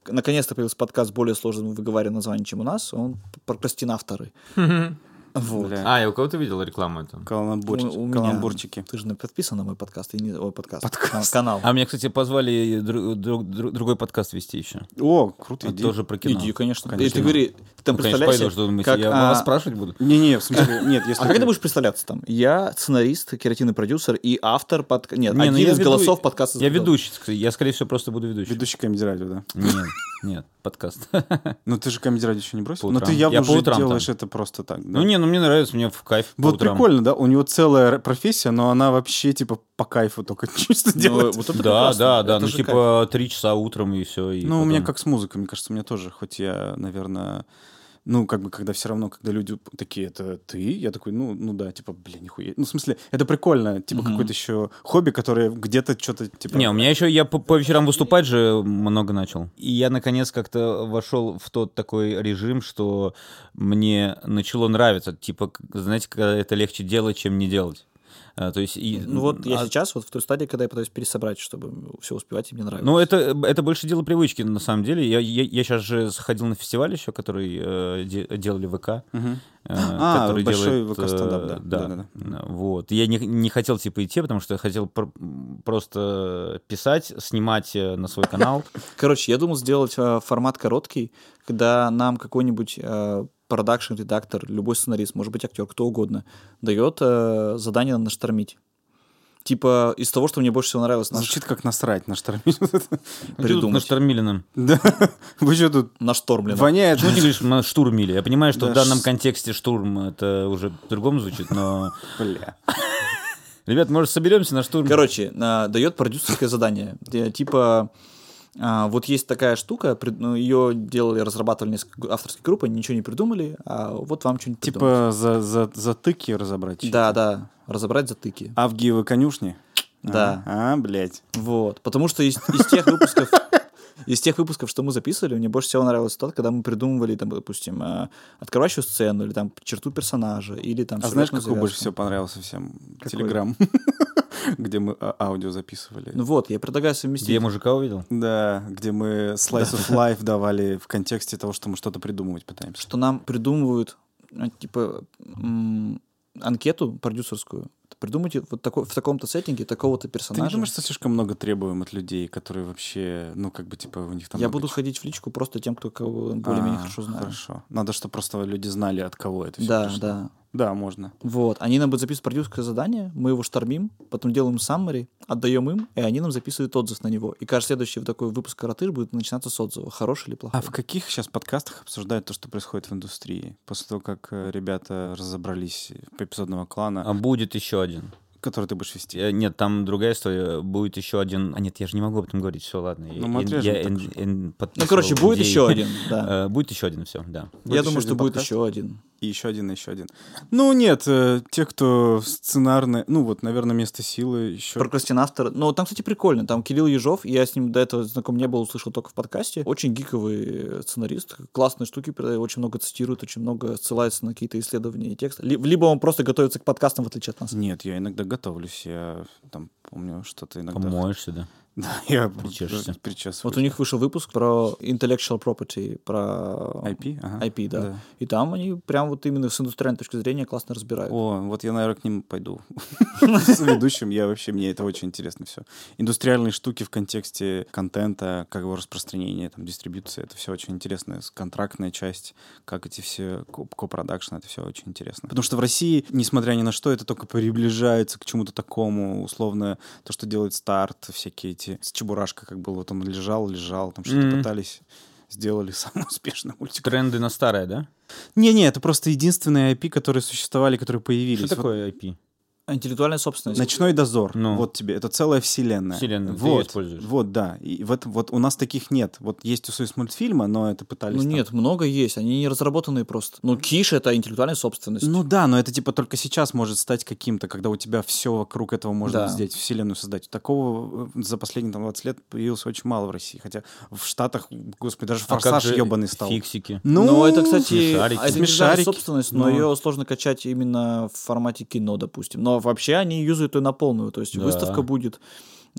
S3: Наконец-то появился подкаст более сложным выговариваем название, чем у нас. Он прокрастинавторы.
S2: [laughs]
S3: Вот. А,
S1: бля,
S2: А, я у кого-то видел рекламу эту?
S1: каламбурчики.
S3: У- у меня-
S1: каламбурчики.
S3: Ты же не подписан на мой подкаст, и не, ой, подкаст, канал.
S2: А меня, кстати, позвали дру- дру- дру- другой подкаст вести еще.
S1: О, круто,
S2: Это
S1: иди.
S2: Тоже про кино.
S3: Иди, конечно. И
S1: Конечно.
S3: ты говори, Ты там
S2: Ну, конечно,
S3: представляешь,
S2: пойду,
S3: себе,
S2: что вы думаете,
S3: как,
S2: я
S3: а,
S2: вас спрашивать буду.
S1: Не-не, в смысле,
S3: [laughs]
S1: нет, если...
S3: а как ты будешь представляться там? Я сценарист, креативный продюсер и автор подка... Нет,
S2: Не, ну
S3: один
S2: я
S3: из
S2: веду-
S3: голосов подкаста.
S2: Я
S3: «Звездный
S2: ведущий, кстати. я, скорее всего, просто буду ведущим.
S1: Ведущий комедий радио, да?
S2: Нет, нет, подкаст.
S1: Но Ну, ты же комедий радио еще не бросил.
S2: По
S1: Но
S2: утрам.
S1: ты явно
S2: Я по
S1: уже
S2: утрам там.
S1: делаешь это просто так. да?
S2: Ну не, ну мне нравится, мне в кайф. по
S1: Вот
S2: утрам.
S1: прикольно, да? У него целая р- профессия, но она вообще типа по кайфу только [laughs] чисто
S3: Ну,
S1: делает.
S3: вот это
S2: Да,
S3: прекрасно.
S2: да, да,
S3: Это
S2: ну
S3: же
S2: типа три часа утром и все.
S1: Ну, у меня как с музыкой, мне кажется, у меня тоже, хоть я, наверное, ну, как бы, когда все равно, когда люди такие, это ты, я такой, ну, ну да, типа, блин, нихуя. Ну, в смысле, это прикольно, типа, какое-то еще хобби, которое где-то что-то, типа...
S2: Не, у меня еще я по, по вечерам выступать же много начал. И я наконец как-то вошел в тот такой режим, что мне начало нравиться. Типа, к- знаете, когда это легче делать, чем не делать. А, то есть, и-
S3: Ну вот я
S2: а-
S3: сейчас вот в той стадии, когда я пытаюсь пересобрать, чтобы все успевать, и мне нравится.
S2: Ну, это, это больше дело привычки, на самом деле. Я, сейчас же заходил на фестиваль еще, который э, де- делали ВК.
S1: Мгм.
S2: э,
S1: А,
S2: который
S1: большой
S2: делает,
S1: VK стендап, да.
S2: э,
S1: Да-да-да.
S2: да. Вот. Я не, не хотел, типа, идти, потому что я хотел пр- м, просто писать, снимать э, на свой канал.
S3: Короче, я думал сделать э, формат короткий, когда нам какой-нибудь э, продакшн-редактор, любой сценарист, может быть, актер, кто угодно, дает э, задание наштормить. Типа из того, что мне больше всего нравилось наш...
S1: Звучит как насрать на штормить.
S2: Придумать.
S3: придумать.
S2: Наштормили нам.
S1: [laughs] Да. Вы что тут?
S3: наштормлено.
S1: Воняет.
S2: а Почему ты говоришь «на штурмили»? Я понимаю, что
S1: Да,
S2: в данном
S1: ш-
S2: контексте штурм это уже по-другому звучит, но...
S1: Бля.
S2: Ребят, может, соберемся на штурм?
S3: Короче, а, дает продюсерское задание. Э, Типа, а, вот есть такая штука, при- ну, ее делали, разрабатывали несколько г- авторских групп, они ничего не придумали, а вот вам что-нибудь придумать.
S1: Типа за, за, затыки разобрать.
S3: Да, да, разобрать затыки.
S1: Авгиевы конюшни?
S3: Да.
S1: А, а, блядь.
S3: Вот, потому что из, из тех выпусков... Из тех выпусков, что мы записывали, мне больше всего нравилось тот, когда мы придумывали, там, допустим, э, открывающую сцену, или там черту персонажа, или там...
S1: А знаешь,
S3: сюжетную
S1: какой больше всего
S3: завязку.
S1: понравился всем?
S3: Какой?
S1: Телеграм. [laughs] Где мы а, аудио записывали.
S3: Ну вот, я предлагаю
S2: Где я
S3: совместить.
S2: мужика увидел?
S1: Да, где мы Slice of Life давали в контексте того, что мы что-то придумывать пытаемся.
S3: что нам придумывают, э, типа, м, анкету продюсерскую. Придумайте вот такой, в таком-то сеттинге такого-то
S1: Ты не
S3: персонажа.
S1: думаешь, что слишком много требуем от людей, которые вообще, ну, как бы, типа, у них там...
S3: я
S1: много
S3: буду
S1: чего?
S3: ходить в личку просто тем, кто кого более-менее
S1: А,
S3: хорошо знает.
S1: Хорошо. Надо, чтобы просто люди знали, от кого это все
S3: Да, да.
S1: Да, можно.
S3: Вот. Они нам будут записывать продюсерское задание, мы его штормим, потом делаем саммари, отдаем им, и они нам записывают отзыв на него. И каждый следующий вот такой выпуск «Каратыш» будет начинаться с отзыва, хороший или плохой.
S1: А в каких сейчас подкастах обсуждают то, что происходит в индустрии? После того, как э, ребята разобрались по эпизодного клана,
S2: А будет еще один.
S1: который ты будешь вести? а
S2: Э, Нет, там другая история. Будет еще один. А нет, я же не могу об этом говорить. Все, ладно.
S1: Ну, мы отрежем так же.
S3: Ну, короче, будет
S1: [laughs]
S3: еще
S2: [laughs]
S3: один, да.
S2: один. Э, Будет еще один, все, да.
S3: Я
S1: еще
S3: думаю, что
S1: Э, один
S3: будет
S1: подкаст?
S3: еще один.
S1: И еще один, и еще один. Ну, нет, э, те, кто сценарные, ну, вот, наверное, место силы еще...
S3: Прокрастинатор. Ну, там, кстати, прикольно. Там Кирилл Ежов, я с ним до этого знаком не был, услышал только в подкасте. Очень гиковый э, сценарист, классные штуки, передает, очень много цитирует, очень много ссылается на какие-то исследования и тексты. Ли- Либо он просто готовится к подкастам, в отличие от нас.
S1: Нет, я иногда готовлюсь, я там помню что-то иногда...
S2: Помоешься, да.
S1: [laughs] Да, я
S2: Причешешься.
S1: причесываюсь.
S3: Вот у них вышел выпуск про intellectual property, про
S1: IP? Ага.
S3: IP, да. И там они прям вот именно с индустриальной точки зрения классно разбирают.
S1: О, вот я, наверное, к ним
S2: [laughs]
S1: пойду. С ведущим я вообще, мне это очень интересно все. Индустриальные штуки в контексте контента, как его распространение, там, дистрибьюция, это все очень интересно. С- Контрактная часть, как эти все ко- копродакшн, это все очень интересно. Потому что в России, несмотря ни на что, это только приближается к чему-то такому, условно, то, что делает старт, всякие эти... С Чебурашка как был, вот он лежал, лежал, там что-то
S2: Мгм.
S1: пытались сделали самый [laughs] успешный мультик.
S2: Тренды на старое, да?
S1: Не-не, это просто единственные IP, которые существовали, которые появились.
S2: Что
S1: Вот
S2: такое IP?
S3: Интеллектуальная собственность.
S1: Ночной дозор.
S2: Ну.
S1: Вот тебе. Это целая вселенная.
S2: Вселенная, ты её
S1: Вот,
S2: используешь.
S1: вот, да. И в этом, вот у нас таких нет. Вот есть у союз мультфильма, но это пытались.
S3: Ну
S1: там-
S3: нет, много есть, они не разработанные просто. Ну, киш это интеллектуальная собственность.
S1: Ну да, но это типа только сейчас может стать каким-то, когда у тебя все вокруг этого можно
S3: Да.
S1: сделать, вселенную создать. Такого э, за последние там, 20 лет появилось очень мало в России. Хотя в Штатах, господи, даже
S2: А
S1: форсаж
S2: как же
S1: ебаный стал.
S2: Фиксики.
S1: Ну,
S3: но это, кстати,
S2: смешарики.
S3: а
S1: Смешарики.
S3: это интеллектуальная собственность, но
S1: Ну.
S3: ее сложно качать именно в формате кино, допустим. Но вообще они юзают ее на полную. То есть
S2: Да.
S3: выставка будет,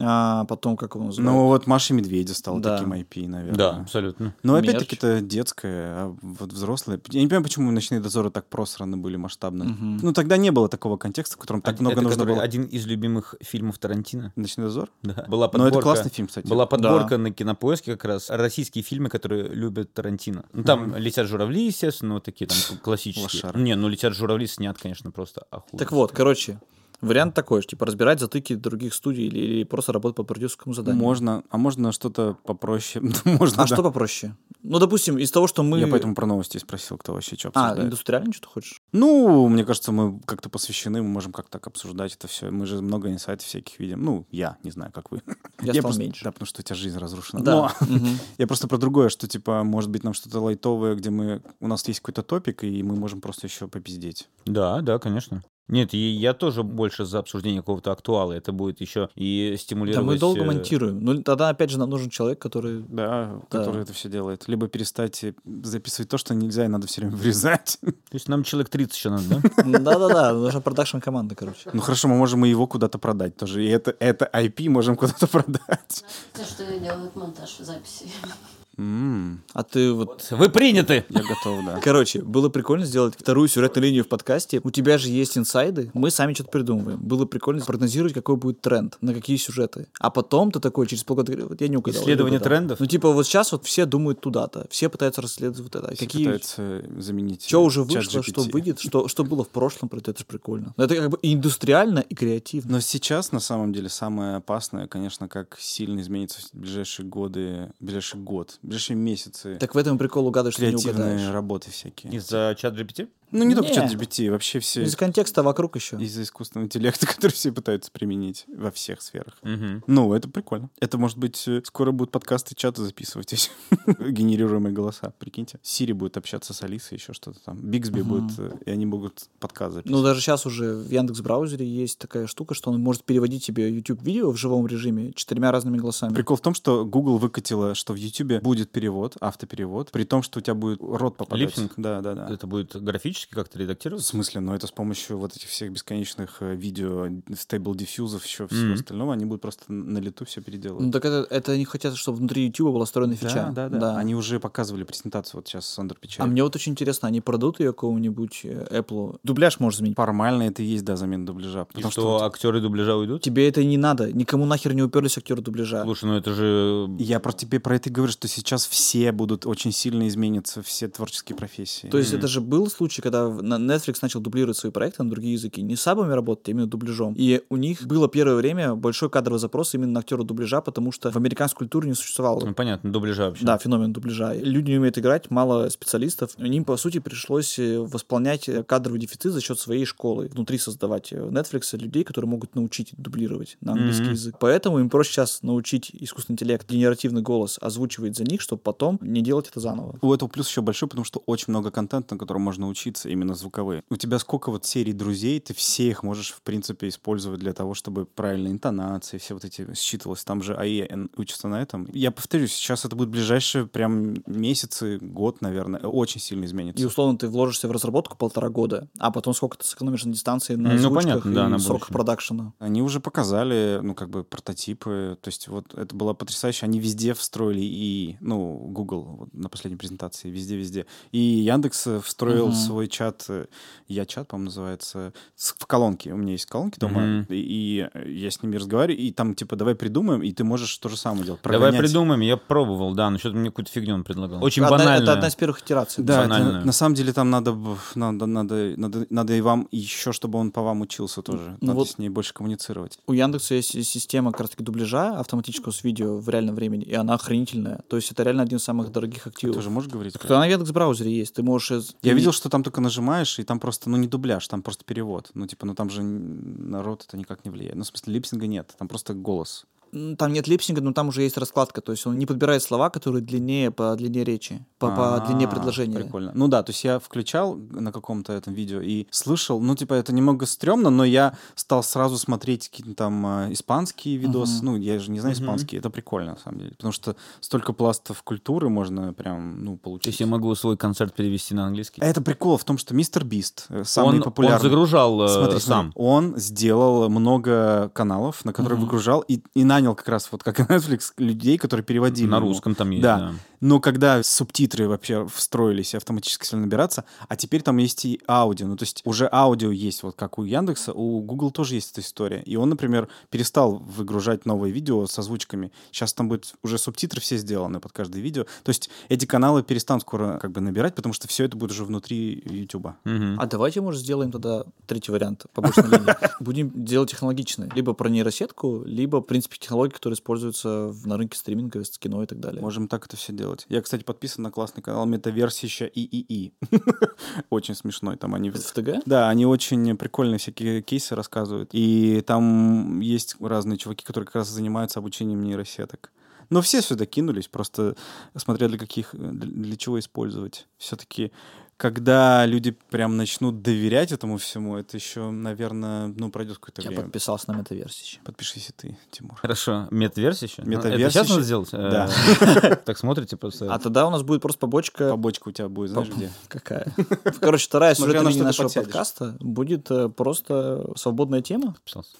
S3: а, потом, как его называют?
S1: Ну вот Маша и Медведя стала
S3: Да.
S1: таким IP, наверное.
S2: Да, абсолютно.
S1: Но
S3: Мерч.
S1: опять-таки это детское, а вот взрослое. Я не понимаю, почему ночные дозоры так просраны были масштабно.
S3: Мгм.
S1: Ну тогда не было такого контекста, в котором так
S2: Од-
S1: много
S2: это
S1: нужно
S2: который
S1: было.
S2: один из любимых фильмов Тарантино.
S1: Ночной дозор?
S2: Да. Была
S1: Но
S2: подборка.
S1: это классный фильм, кстати.
S2: Была подборка на кинопоиске как раз российские фильмы, которые любят Тарантино. Ну, там летят журавли, естественно, вот такие там классические.
S1: Лошара.
S2: Не, ну летят журавли снят, конечно, просто охуенно.
S3: Так вот, короче, вариант такой же, типа разбирать затыки других студий или, или просто работать по продюсерскому заданию.
S1: Можно, а можно что-то попроще? [laughs] можно,
S3: А
S1: да.
S3: что попроще? Ну, допустим, из того, что мы...
S1: Я поэтому про новости и спросил, кто вообще что
S3: А,
S1: обсуждает.
S3: индустриально что хочешь?
S1: Ну, мне кажется, мы как-то посвящены, мы можем как-то так обсуждать это все. Мы же много инсайтов всяких видим. Ну, я не знаю, как вы. [laughs]
S3: Я стал
S1: просто-
S3: меньше.
S1: Да, потому что у тебя жизнь разрушена.
S3: Да.
S1: Но
S3: [laughs] Мгм.
S1: я просто про другое, что, типа, может быть, нам что-то лайтовое, где мы... У нас есть какой-то топик, и мы можем просто еще попиздеть.
S2: Да, да, конечно. Нет, и я тоже больше за обсуждение какого-то актуала. Это будет еще и
S3: Да
S2: стимулировать...
S3: мы долго
S2: э,
S3: монтируем. Ну, тогда, опять же, нам нужен человек, который...
S1: Да, который это все делает. Либо перестать э, записывать то, что нельзя, и надо все время врезать. [laughs]
S2: То есть нам человек 30 еще надо, да?
S3: Да-да-да, [laughs] нужна продакшн-команда, короче.
S1: Ну хорошо, мы можем и его куда-то продать тоже. И это, это IP можем куда-то продать.
S4: Все, что делают монтаж записи.
S1: М,
S3: А ты вот...
S2: Вы приняты!
S1: Я готов, да.
S3: Короче, было прикольно сделать вторую сюжетную линию в подкасте. У тебя же есть инсайды, мы сами что-то придумываем. Было прикольно прогнозировать, какой будет тренд, на какие сюжеты. А потом ты такой через полгода говоришь, вот я не угадал. я не
S2: Исследование
S3: угадал».
S2: трендов?
S3: Ну, типа, вот сейчас вот все думают туда-то, все пытаются расследовать вот это. А
S1: Все
S3: какие
S1: пытаются заменить. э,
S3: Что уже
S1: чат
S3: вышло, что
S1: GPT.
S3: выйдет, что, что было в прошлом, про это, это же прикольно. Но это как бы и индустриально, и креативно.
S1: Но сейчас, на самом деле, самое опасное, конечно, как сильно изменится в ближайшие годы, ближайший год, ближайшие месяцы
S3: Так в этом и прикол угадываешь, что не
S1: креативные
S3: угадаешь.
S1: работы всякие.
S2: Из-за чат GPT?
S1: Ну, не только
S3: Не.
S1: чат GPT, вообще все
S3: Из-за Ну, контекста вокруг еще.
S1: из-за искусственного интеллекта, [laughs] который все пытаются применить во всех сферах.
S2: Угу.
S1: Ну, это прикольно. Это, может быть, э, скоро будут подкасты чата записывать, если [laughs] генерируемые голоса, прикиньте. Сири будет общаться с Алисой, еще что-то там. Бигсби будет, э, и они могут подкаст записывать.
S3: Ну, даже сейчас уже в Яндекс браузере есть такая штука, что он может переводить тебе YouTube видео в живом режиме четырьмя разными голосами.
S1: Прикол в том, что Google выкатила, что в YouTube будет перевод, автоперевод, при том, что у тебя будет рот попадать.
S2: Липсинг?
S1: Да, да, да.
S2: Это будет графически как-то
S1: В
S2: редактироваться?
S1: смысле, но это с помощью вот этих всех бесконечных э, видео, стейбл диффьюзов, еще всего
S2: Мгм.
S1: остального, они будут просто на лету все
S3: Ну,
S1: переделывать.
S3: так это, это они хотят, чтобы внутри YouTube была встроена фича.
S1: да, да, да, Они уже показывали презентацию, вот сейчас Сандер
S3: А
S1: Печаль.
S3: мне вот очень интересно, они продадут ее какому-нибудь э, Apple? Дубляж можешь заменить.
S1: Формально это и есть, да, замена дубляжа.
S2: И
S1: Потому
S2: что
S1: что
S2: актеры дубляжа уйдут?
S3: Тебе это и не надо. Никому нахер не уперлись актеры дубляжа.
S2: Слушай, ну это же...
S1: я про тебе про это и говорю, что сейчас все будут очень сильно изменятся, все творческие профессии.
S3: То есть
S2: Мгм.
S3: это же был случай, когда в- на- Netflix начал дублировать свои проекты на другие языки, не сабами работать, а именно дубляжом. И у них было первое время большой кадровый запрос именно на актера дубляжа, потому что в американской культуре не существовало.
S2: Ну понятно, дубляжа вообще.
S3: Да, феномен дубляжа. Люди не умеют играть, мало специалистов. И Им, по сути, пришлось э, восполнять э, кадровый дефицит за счет своей школы. Внутри создавать э, в Netflix людей, которые могут научить дублировать на английский
S2: Мгм.
S3: язык. Поэтому им проще сейчас научить искусственный интеллект, генеративный голос озвучивать за них, чтобы потом не делать это заново.
S1: У этого плюс еще большой, потому что очень много контента, на котором можно учиться, именно звуковые. У тебя сколько вот серий друзей, ты все их можешь, в принципе, использовать для того, чтобы правильные интонации, все вот эти считывалось. Там же АИ н- учится на этом. Я повторюсь, сейчас это будет ближайшие прям месяцы, год, наверное, очень сильно изменится.
S3: И условно ты вложишься в разработку полтора года, а потом сколько ты сэкономишь на дистанции, на
S2: Ну,
S3: озвучках
S2: понятно, да,
S3: и
S2: на
S3: сроках
S2: будущее.
S3: продакшена.
S1: Они уже показали, ну, как бы, прототипы. То есть вот это было потрясающе. Они везде встроили и, ну, Google вот на последней презентации, везде-везде. И Яндекс э, встроил
S3: Мгм.
S1: свой чат, э, я чат, по-моему, называется, с- в колонке. У меня есть колонки дома,
S2: Мгм.
S1: и, и, э, я с ними разговариваю, и там, типа, давай придумаем, и ты можешь то же самое делать.
S2: Давай
S1: прогонять.
S2: придумаем, я пробовал, да, но что-то мне какую-то фигню он предлагал. Очень
S3: Одна-
S2: банально.
S3: это одна из первых итераций.
S1: Да, это
S2: банальную.
S1: на самом деле там надо, б- надо, надо, надо, надо и вам еще, чтобы он по вам учился тоже.
S3: Ну
S1: надо
S3: вот-
S1: с ней больше коммуницировать.
S3: У Яндекса есть и система как раз-таки дубляжа автоматического с видео в реальном времени, и она охренительная. То есть это реально один из самых дорогих
S1: Ты
S3: активов.
S1: тоже можешь говорить? про это?
S3: Кто на Яндекс браузере есть, ты можешь... из-
S1: Я
S3: и-
S1: видел, что там только нажимаешь, и там просто, ну, не дубляж, там просто перевод. Ну, типа, ну, там же н- народ это никак не влияет. Ну, в смысле, липсинга нет, там просто голос.
S3: М, Там нет липсинга, но там уже есть раскладка. То есть он не подбирает слова, которые длиннее по длине речи, по, по
S1: А,
S3: длине предложения.
S1: Прикольно. Ну да, то есть я включал на каком-то этом видео и слышал, ну, типа, это немного стрёмно, но я стал сразу смотреть какие-то там а, испанские видосы.
S3: Мгм.
S1: Ну, я же не знаю
S2: Мгм.
S1: испанский, это прикольно, на самом деле. Потому что столько пластов культуры можно прям, ну,
S2: То
S1: получить. А
S2: есть я могу свой концерт перевести на английский?
S1: Это прикол в том, что Мистер Бист, э,
S2: Он-
S1: самый популярный... ну,
S2: Он загружал э,
S1: Смотри, смотри,
S2: сам.
S1: он сделал много каналов, на которые
S3: Мгм.
S1: выгружал и, и на нанял как раз вот как и Netflix людей, которые переводили.
S2: На
S1: ему.
S2: русском там есть, да.
S1: Да. Но когда субтитры вообще встроились и автоматически стали набираться, а теперь там есть и аудио. Ну, то есть уже аудио есть, вот как у Яндекса, у Google тоже есть эта история. И он, например, перестал выгружать новые видео с озвучками. Сейчас там будет уже субтитры все сделаны под каждое видео. То есть эти каналы перестанут скоро как бы набирать, потому что все это будет уже внутри Ютуба.
S2: Мгм.
S3: А давайте, может, сделаем тогда третий вариант побочной линии.
S1: [laughs]
S3: Будем делать технологичные. Либо про нейросетку, либо, в принципе, технологии, которые используются в- на рынке стриминга, с кино и так далее.
S1: Можем так это все делать. Я, кстати, подписан на классный канал Метаверсища ИИИ. [laughs] Очень смешной там они.
S3: в ТГ?
S1: Да, они очень прикольные всякие кейсы рассказывают. И там есть разные чуваки, которые как раз занимаются обучением нейросеток. Но все сюда кинулись, просто смотря для каких, для для чего использовать. Все-таки, когда люди прям начнут доверять этому всему, это еще, наверное, ну, пройдет какое-то
S3: Я
S1: время.
S3: подписался на метаверсище.
S1: Подпишись и ты, Тимур.
S2: Хорошо. Метаверс еще?
S1: Метаверс
S2: сейчас
S1: еще?
S2: надо сделать? Э, [laughs] Так смотрите
S3: А
S2: просто.
S3: тогда у нас будет просто побочка...
S1: Побочка у тебя будет, знаешь, где? [laughs]
S3: Какая? Ну, Короче, вторая
S1: Смотря
S3: сюжетная
S1: на
S3: линия
S1: что ты
S3: нашего
S1: подсядешь.
S3: подкаста будет э, просто свободная тема.
S2: Подписался.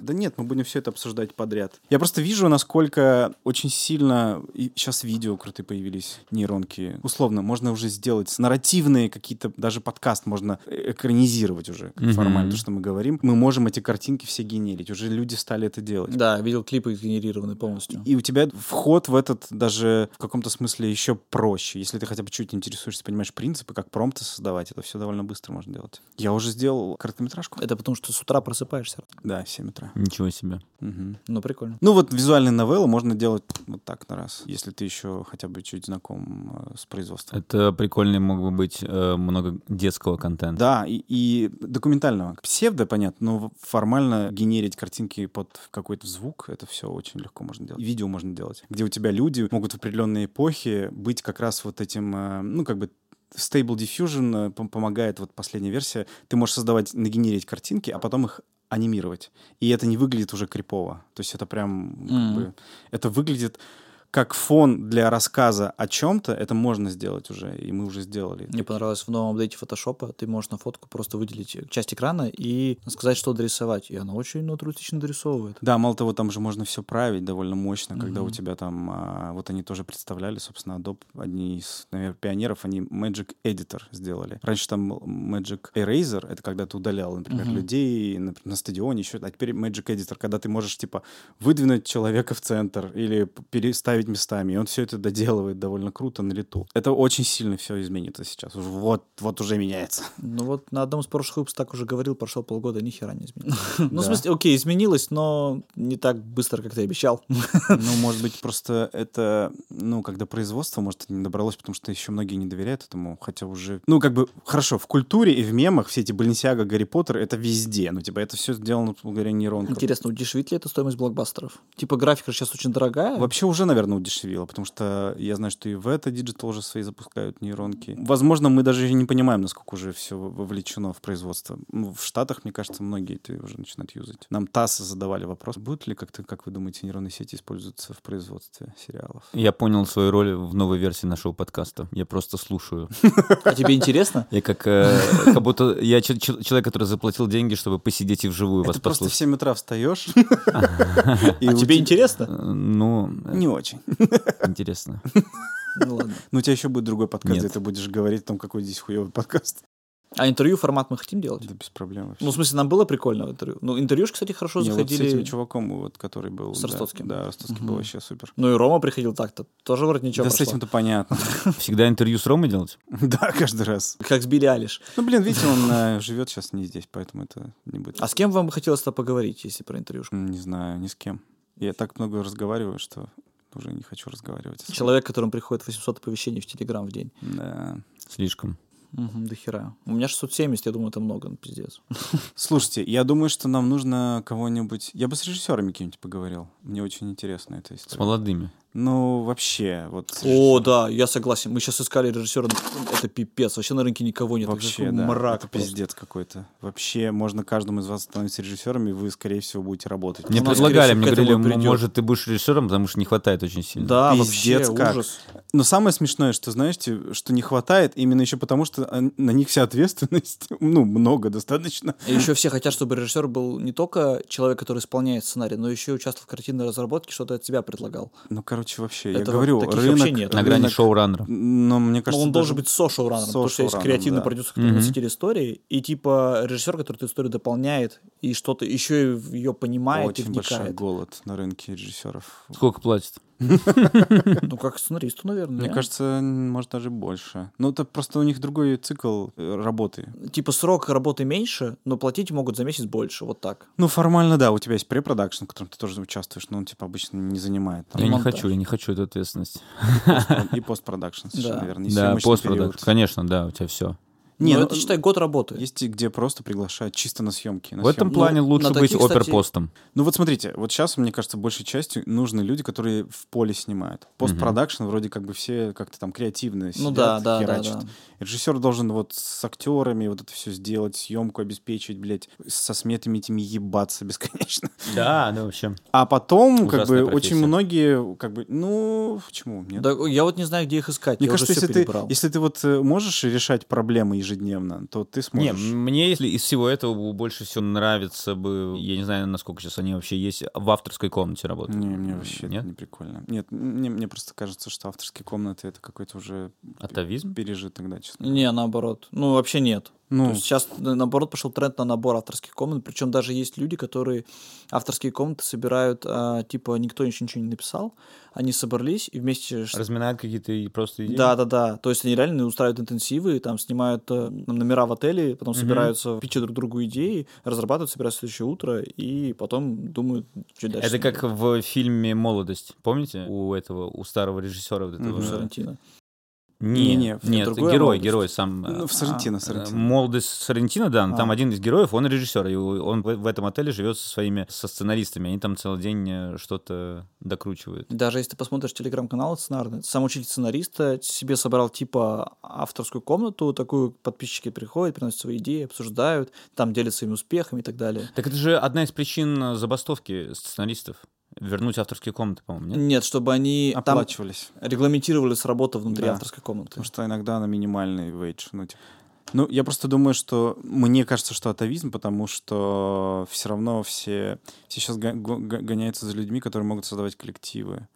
S1: Да нет, мы будем все это обсуждать подряд. Я просто вижу, насколько очень сильно сейчас видео крутые появились, нейронки. Условно, можно уже сделать нарративные какие-то, даже подкаст можно э- экранизировать уже как
S2: Мгм.
S1: формально, то, что мы говорим. Мы можем эти картинки все генерить. Уже люди стали это делать.
S3: Да, видел клипы сгенерированные полностью.
S1: И у тебя вход в этот даже в каком-то смысле еще проще. Если ты хотя бы чуть интересуешься, понимаешь принципы, как промпты создавать, это все довольно быстро можно делать. Я уже сделал короткометражку.
S3: Это потому, что с утра просыпаешься.
S1: Да, 7 утра.
S2: Ничего себе.
S1: Мгм.
S3: Ну, прикольно.
S1: Ну вот визуальные новеллы можно делать вот так на раз, если ты еще хотя бы чуть знаком э, с производством.
S2: Это прикольный мог бы быть э, много детского контента.
S1: Да, и, и документального. Псевдо, понятно, но формально генерить картинки под какой-то звук, это все очень легко можно делать. И Видео можно делать, где у тебя люди могут в определенные эпохи быть как раз вот этим, э, ну как бы Stable Diffusion э, пом- помогает, вот последняя версия, ты можешь создавать, нагенерить картинки, а потом их анимировать. И это не выглядит уже крипово. То есть это прям... как
S3: Мгм.
S1: бы, это выглядит как фон для рассказа о чем-то, это можно сделать уже, и мы уже сделали.
S3: Мне понравилось в новом апдейте фотошопа. Ты можешь на фотку просто выделить часть экрана и сказать, что дорисовать. И она очень натуралистично дорисовывает.
S1: Да, мало того, там же можно все править довольно мощно, когда у
S3: Мгм.
S1: тебя там... а, вот они тоже представляли, собственно, Adobe, одни из, наверное, пионеров, они Magic Editor сделали. Раньше там был Magic Eraser, это когда ты удалял, например,
S3: Мгм.
S1: людей на, на стадионе, еще... А теперь Magic Editor, когда ты можешь, типа, выдвинуть человека в центр или п- переставить местами, и он все это доделывает довольно круто на лету. Это очень сильно все изменится сейчас. Уж Вот, вот уже меняется.
S3: Ну вот на одном из прошлых выпусков так уже говорил, прошло полгода, ни хера
S1: [laughs]
S3: не изменилось. Ну,
S1: Да.
S3: в смысле, окей, изменилось, но не так быстро, как ты обещал.
S1: Ну, может быть, просто это, ну, когда производство, может, это не добралось, потому что еще многие не доверяют этому, хотя уже... Ну, как бы, хорошо, в культуре и в мемах все эти Баленсиага, Гарри Поттер, это везде. Ну, типа, это все сделано, условно говоря, нейронком.
S3: Интересно, удешевит ли это стоимость блокбастеров? Типа графика сейчас очень дорогая.
S1: Вообще уже, наверное, удешевило, потому что я знаю, что и в это Digital уже свои запускают нейронки. Возможно, мы даже и не понимаем, насколько уже все вовлечено в производство. Ну, В Штатах, мне кажется, многие это уже начинают юзать. Нам ТАСС задавали вопрос, будут ли, как-то, как вы думаете, нейронные сети используются в производстве сериалов?
S2: Я понял свою роль в новой версии нашего подкаста. Я просто слушаю.
S3: А тебе интересно?
S2: Я
S1: [laughs]
S2: как, э, как будто я че- че- человек, который заплатил деньги, чтобы посидеть и вживую вас
S1: Это просто в
S2: послушать.
S1: 7 утра
S3: [laughs]
S1: встаешь.
S3: А
S1: [laughs]
S3: тебе интересно? [laughs]
S2: Э, Ну, э,
S1: Не очень.
S2: [laughs] интересно.
S3: Ну ладно.
S1: Но у тебя еще будет другой подкаст,
S2: Нет.
S1: где ты будешь говорить о том, какой здесь хуевый
S3: [laughs]
S1: подкаст.
S3: А интервью формат мы хотим делать?
S1: Да без проблем вообще.
S3: Ну, в смысле, нам было прикольно в интервью. Ну, интервью, кстати, хорошо
S1: Не, вот с
S3: заходили.
S1: этим чуваком, вот, который был...
S3: С
S1: да,
S3: Ростоцким.
S1: Да, Ростовский был
S3: Мгм.
S1: вообще супер.
S3: Ну и Рома приходил так-то. Тоже вроде ничего
S1: Да с
S3: прошло.
S1: этим-то понятно. [laughs]
S2: Всегда интервью с Ромой делать?
S1: Да, каждый раз.
S3: Как с Билли Алиш.
S1: Ну, блин, видите, он э, живет сейчас не здесь, поэтому это не будет.
S3: А с кем вам бы хотелось-то поговорить, если про интервьюшку?
S1: М, Не знаю, ни с кем. Я так много разговариваю, что уже не хочу разговаривать. особо.
S3: Человек, которому приходит 800 оповещений в Телеграм в день.
S1: Да.
S2: Слишком.
S3: Мгм, до хера. У меня 670, я думаю, это много, ну, пиздец.
S1: Слушайте, я думаю, что нам нужно кого-нибудь... Я бы с режиссерами кем-нибудь поговорил. Мне очень интересно эта
S2: С
S1: история.
S2: молодыми.
S1: Ну, вообще, вот... с
S3: О,
S1: режиссером.
S3: да, я согласен. Мы сейчас искали режиссера. ну, Это пипец. Вообще на рынке никого нет. Это
S1: Вообще,
S3: какой
S1: да.
S3: мрак.
S1: это
S3: просто.
S1: пиздец какой-то. Вообще, можно каждому из вас становиться режиссером, и вы, скорее всего, будете работать.
S2: Мне
S3: Ну, нас,
S2: предлагали,
S3: скорее
S2: мне
S3: всего, к этому
S2: говорили,
S3: и
S2: «М-
S3: придёт».
S2: может, ты будешь режиссером, потому что не хватает очень сильно.
S3: Да,
S1: Пиздец
S3: вообще,
S1: как.
S3: ужас.
S1: Но самое смешное, что, знаете, что не хватает именно еще потому, что а, на них вся ответственность, [laughs] ну, много достаточно.
S3: И еще все хотят, чтобы режиссер был не только человек, который исполняет сценарий, но еще и участвовал в картинной разработке, что-то от себя предлагал.
S1: Ну, короче, вообще, я
S3: Этого
S1: говорю,
S3: таких
S1: рынок...
S3: вообще нет.
S2: На грани
S1: рынок-
S2: шоураннера.
S1: Но мне
S3: Но
S1: кажется...
S3: он должен
S1: даже-
S3: быть со-шоуранером, потому что есть
S1: со-шоуранером,
S3: креативный
S1: да.
S3: продюсер, который
S2: Мгм.
S3: носитель истории, и типа режиссер, который эту историю дополняет, и что-то еще и ее понимает и
S1: Очень большой
S3: вникает.
S1: голод на рынке режиссеров.
S2: Сколько платит?
S3: Ну, как сценаристу, наверное.
S1: Мне
S3: не?
S1: кажется, м, может, даже больше. Ну, это просто у них другой цикл э, работы.
S3: Типа срок работы меньше, но платить могут за месяц больше, вот так.
S1: Ну, формально, да, у тебя есть препродакшн, в котором ты тоже участвуешь, но он, типа, обычно не занимает. Там,
S2: Я не
S3: монтаж.
S2: хочу, я не хочу эту ответственность.
S1: и постпродакшн, совершенно
S3: Да.
S1: верно. и
S2: Да,
S1: съемочный
S2: постпродакшн.
S1: период.
S2: Конечно, да, у тебя все.
S1: Не,
S3: но
S1: ну,
S3: это, считай, год работы.
S1: Есть и где просто приглашают чисто на съемки. на
S2: В этом
S1: съемки.
S2: плане
S3: Ну,
S2: лучше
S3: на
S2: быть
S3: таких, кстати, [laughs]
S2: оперпостом.
S1: Ну вот смотрите, вот сейчас, мне кажется, большей частью нужны люди, которые в поле снимают. Постпродакшн вроде как бы все как-то там креативно сидят,
S3: Ну да, да, да,
S1: херачат.
S3: да.
S1: Режиссер должен вот с актерами вот это все сделать, съемку обеспечить, блядь, со сметами этими ебаться [laughs] бесконечно.
S2: Да,
S3: ну,
S2: да, вообще.
S1: А потом, как бы,
S2: Ужасная
S1: очень
S2: профессия.
S1: многие, как бы, ну, почему нет?
S3: Да, я вот не знаю, где их искать.
S1: Мне
S3: я
S1: кажется,
S3: уже
S1: если
S3: все
S1: ты,
S3: перебрал.
S1: если ты вот э, можешь решать проблемы ежедневно, то ты
S2: Не,
S1: сможешь.
S2: мне если из всего этого бу- больше всего нравится бы, я не знаю, насколько сейчас они вообще есть, в авторской комнате работают.
S1: Не, мне вообще
S2: Нет?
S1: это не прикольно. Нет, мне, мне просто кажется, что авторские комнаты это какой-то уже
S2: Атовизм?
S1: пережит тогда, честно.
S3: Не, наоборот. Ну, вообще нет.
S1: Ну,
S3: То есть сейчас, на- наоборот, пошел тренд на набор авторских комнат. Причем даже есть люди, которые авторские комнаты собирают, а, типа, никто еще ничего не написал. Они собрались и вместе... ш-
S2: Разминают какие-то и просто идеи.
S3: Да-да-да. То есть они реально устраивают интенсивы, там снимают э, номера в отеле, потом собираются, пичат друг другу идеи, разрабатывают, собираются в следующее утро и потом думают, что дальше.
S2: Это как в фильме «Молодость». Помните? У этого, у старого режиссера вот этого...
S1: Мгм.
S3: Сарантино.
S2: Не,
S1: Не-не,
S2: нет,
S1: в
S3: другое
S2: герой,
S3: «Молодость».
S2: герой сам. э,
S1: ну, в Сарантино, Сарантино.
S2: Молодость Сарантино, да, но там
S3: А.
S2: один из героев, он режиссер, и он в в этом отеле живет со своими со сценаристами, они там целый день э, что-то докручивают.
S3: Даже если ты посмотришь телеграм-канал сценарный, сам учитель сценариста себе собрал типа авторскую комнату, такую подписчики приходят, приносят свои идеи, обсуждают, там делятся своими успехами и так далее.
S2: Так это же одна из причин э, забастовки сценаристов. Вернуть авторские комнаты, по-моему, нет?
S3: Нет, чтобы они там
S1: Оплачивались.
S3: регламентировались работа внутри
S1: Да.
S3: авторской комнаты.
S1: Потому что иногда на минимальный вейдж. Ну, типа. Ну, я просто думаю, что мне кажется, что атовизм, потому что все равно все, все сейчас гоняются за людьми, которые могут создавать коллективы.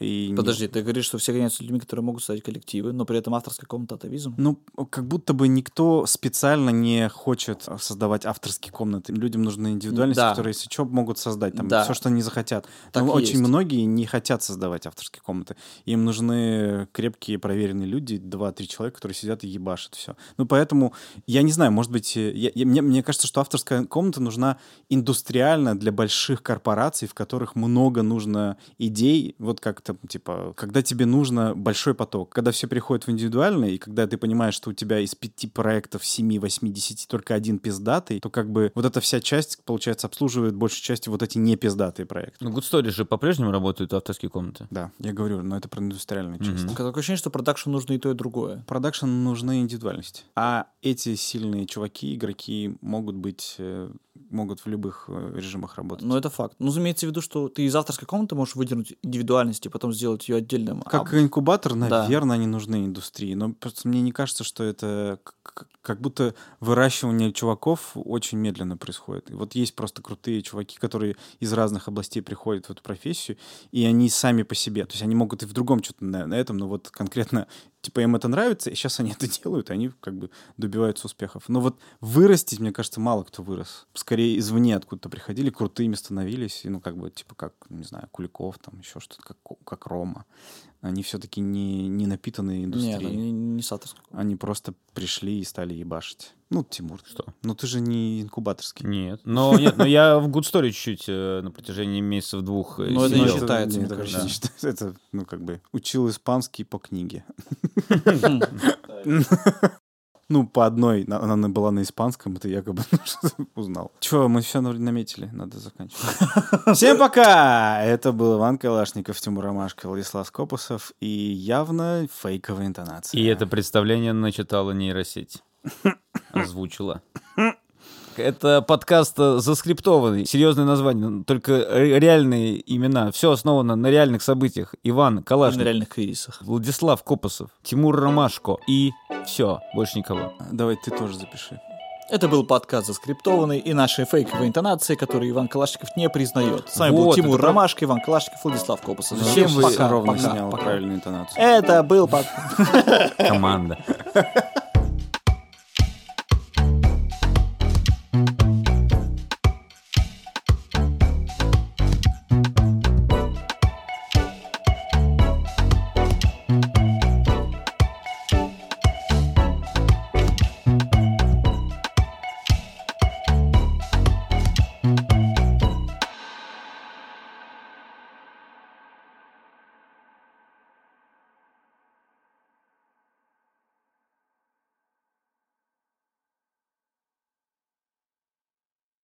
S1: И не-
S3: Подожди, ты говоришь, что все гоняются людьми, которые могут создать коллективы, но при этом авторская комната атовизм.
S1: Ну, как будто бы никто специально не хочет э, создавать авторские комнаты. Людям нужны индивидуальности,
S3: Да.
S1: которые, если что, могут создать там
S3: Да.
S1: все, что они захотят.
S3: Так
S1: Но
S3: и
S1: очень
S3: есть.
S1: многие не хотят создавать авторские комнаты. Им нужны крепкие, проверенные люди, два-три человека, которые сидят и ебашат все. Ну, поэтому, я не знаю, может быть, э, я- я- мне, мне кажется, что авторская комната нужна индустриально для больших корпораций, в которых много нужно идей, вот как там, типа, когда тебе нужно большой поток, когда все переходит в индивидуальное, и когда ты понимаешь, что у тебя из пяти проектов, семи, восьми, десяти только один пиздатый, то как бы вот эта вся часть, получается, обслуживает большей части вот эти не пиздатые проекты.
S2: Ну, Good Story же по-прежнему работают авторские комнаты.
S1: Да, я говорю, но это про индустриальную часть.
S3: Такое ощущение, что продакшн нужно и то, и другое.
S1: Продакшн нужны индивидуальности. А эти сильные чуваки, игроки могут быть, э, могут в любых э, режимах работать.
S3: Но это факт. Ну, имеется в виду, что ты из авторской комнаты можешь выдернуть индивидуальность и потом сделать ее отдельным. А
S1: Как инкубатор, наверное,
S3: наверное,
S1: они нужны индустрии. Но просто мне не кажется, что это к- к- как будто выращивание чуваков очень медленно происходит. И вот есть просто крутые чуваки, которые из разных областей приходят в эту профессию, и они сами по себе. То есть они могут и в другом что-то на, на этом, но вот конкретно типа им это нравится, и сейчас они [laughs] это делают, и они как бы добиваются успехов. Но вот вырастить, мне кажется, мало кто вырос. Скорее извне откуда-то приходили, крутыми становились, и, ну как бы типа как, не знаю, Куликов, там еще что-то, как, Ко- как Рома. Они все-таки не, не напитанные
S3: Нет,
S1: индустрией.
S3: не, не с авторской. а
S1: Они просто пришли и стали ебашить. Ну, Тимур.
S2: Что?
S1: Ну, ты же не инкубаторский.
S2: Нет. Но нет, но я в Good Story чуть-чуть э, на протяжении месяцев двух э,
S3: Но это не
S2: сидел.
S3: считается.
S1: нет,
S3: считается, мне
S1: это вообще
S3: кажется.
S1: не считается. [laughs] Это, ну, как бы, учил испанский по книге. [laughs] Ну, по одной. на- Она была на испанском, это [laughs] якобы ну, узнал. Че, мы все наметили, надо заканчивать.
S3: [laughs]
S1: Всем пока! Это был Иван Калашников, Тимур Ромашко, Владислав Скопусов и явно фейковая интонация.
S2: И это представление начитала нейросеть. Озвучила. Это подкаст э, заскриптованный. Серьезное название, ну, только ре- реальные имена. Все основано на реальных событиях. Иван
S3: на
S2: Калашник,
S3: реальных кризисах.
S2: Владислав Копосов, Тимур Ромашко и все, больше никого.
S1: Давай ты тоже запиши.
S3: Это был подкаст заскриптованный и наши фейковые интонации, которые Иван Калашников не признает. С вами был
S2: Вот,
S3: Тимур
S2: это прав-
S3: Ромашко, Иван Калашников, Владислав Копосов.
S1: Зачем
S3: Всем
S1: вы
S3: пока,
S1: ровно
S3: пока,
S1: снял
S3: пока.
S1: правильную интонацию?
S3: Это был подкаст.
S2: Команда.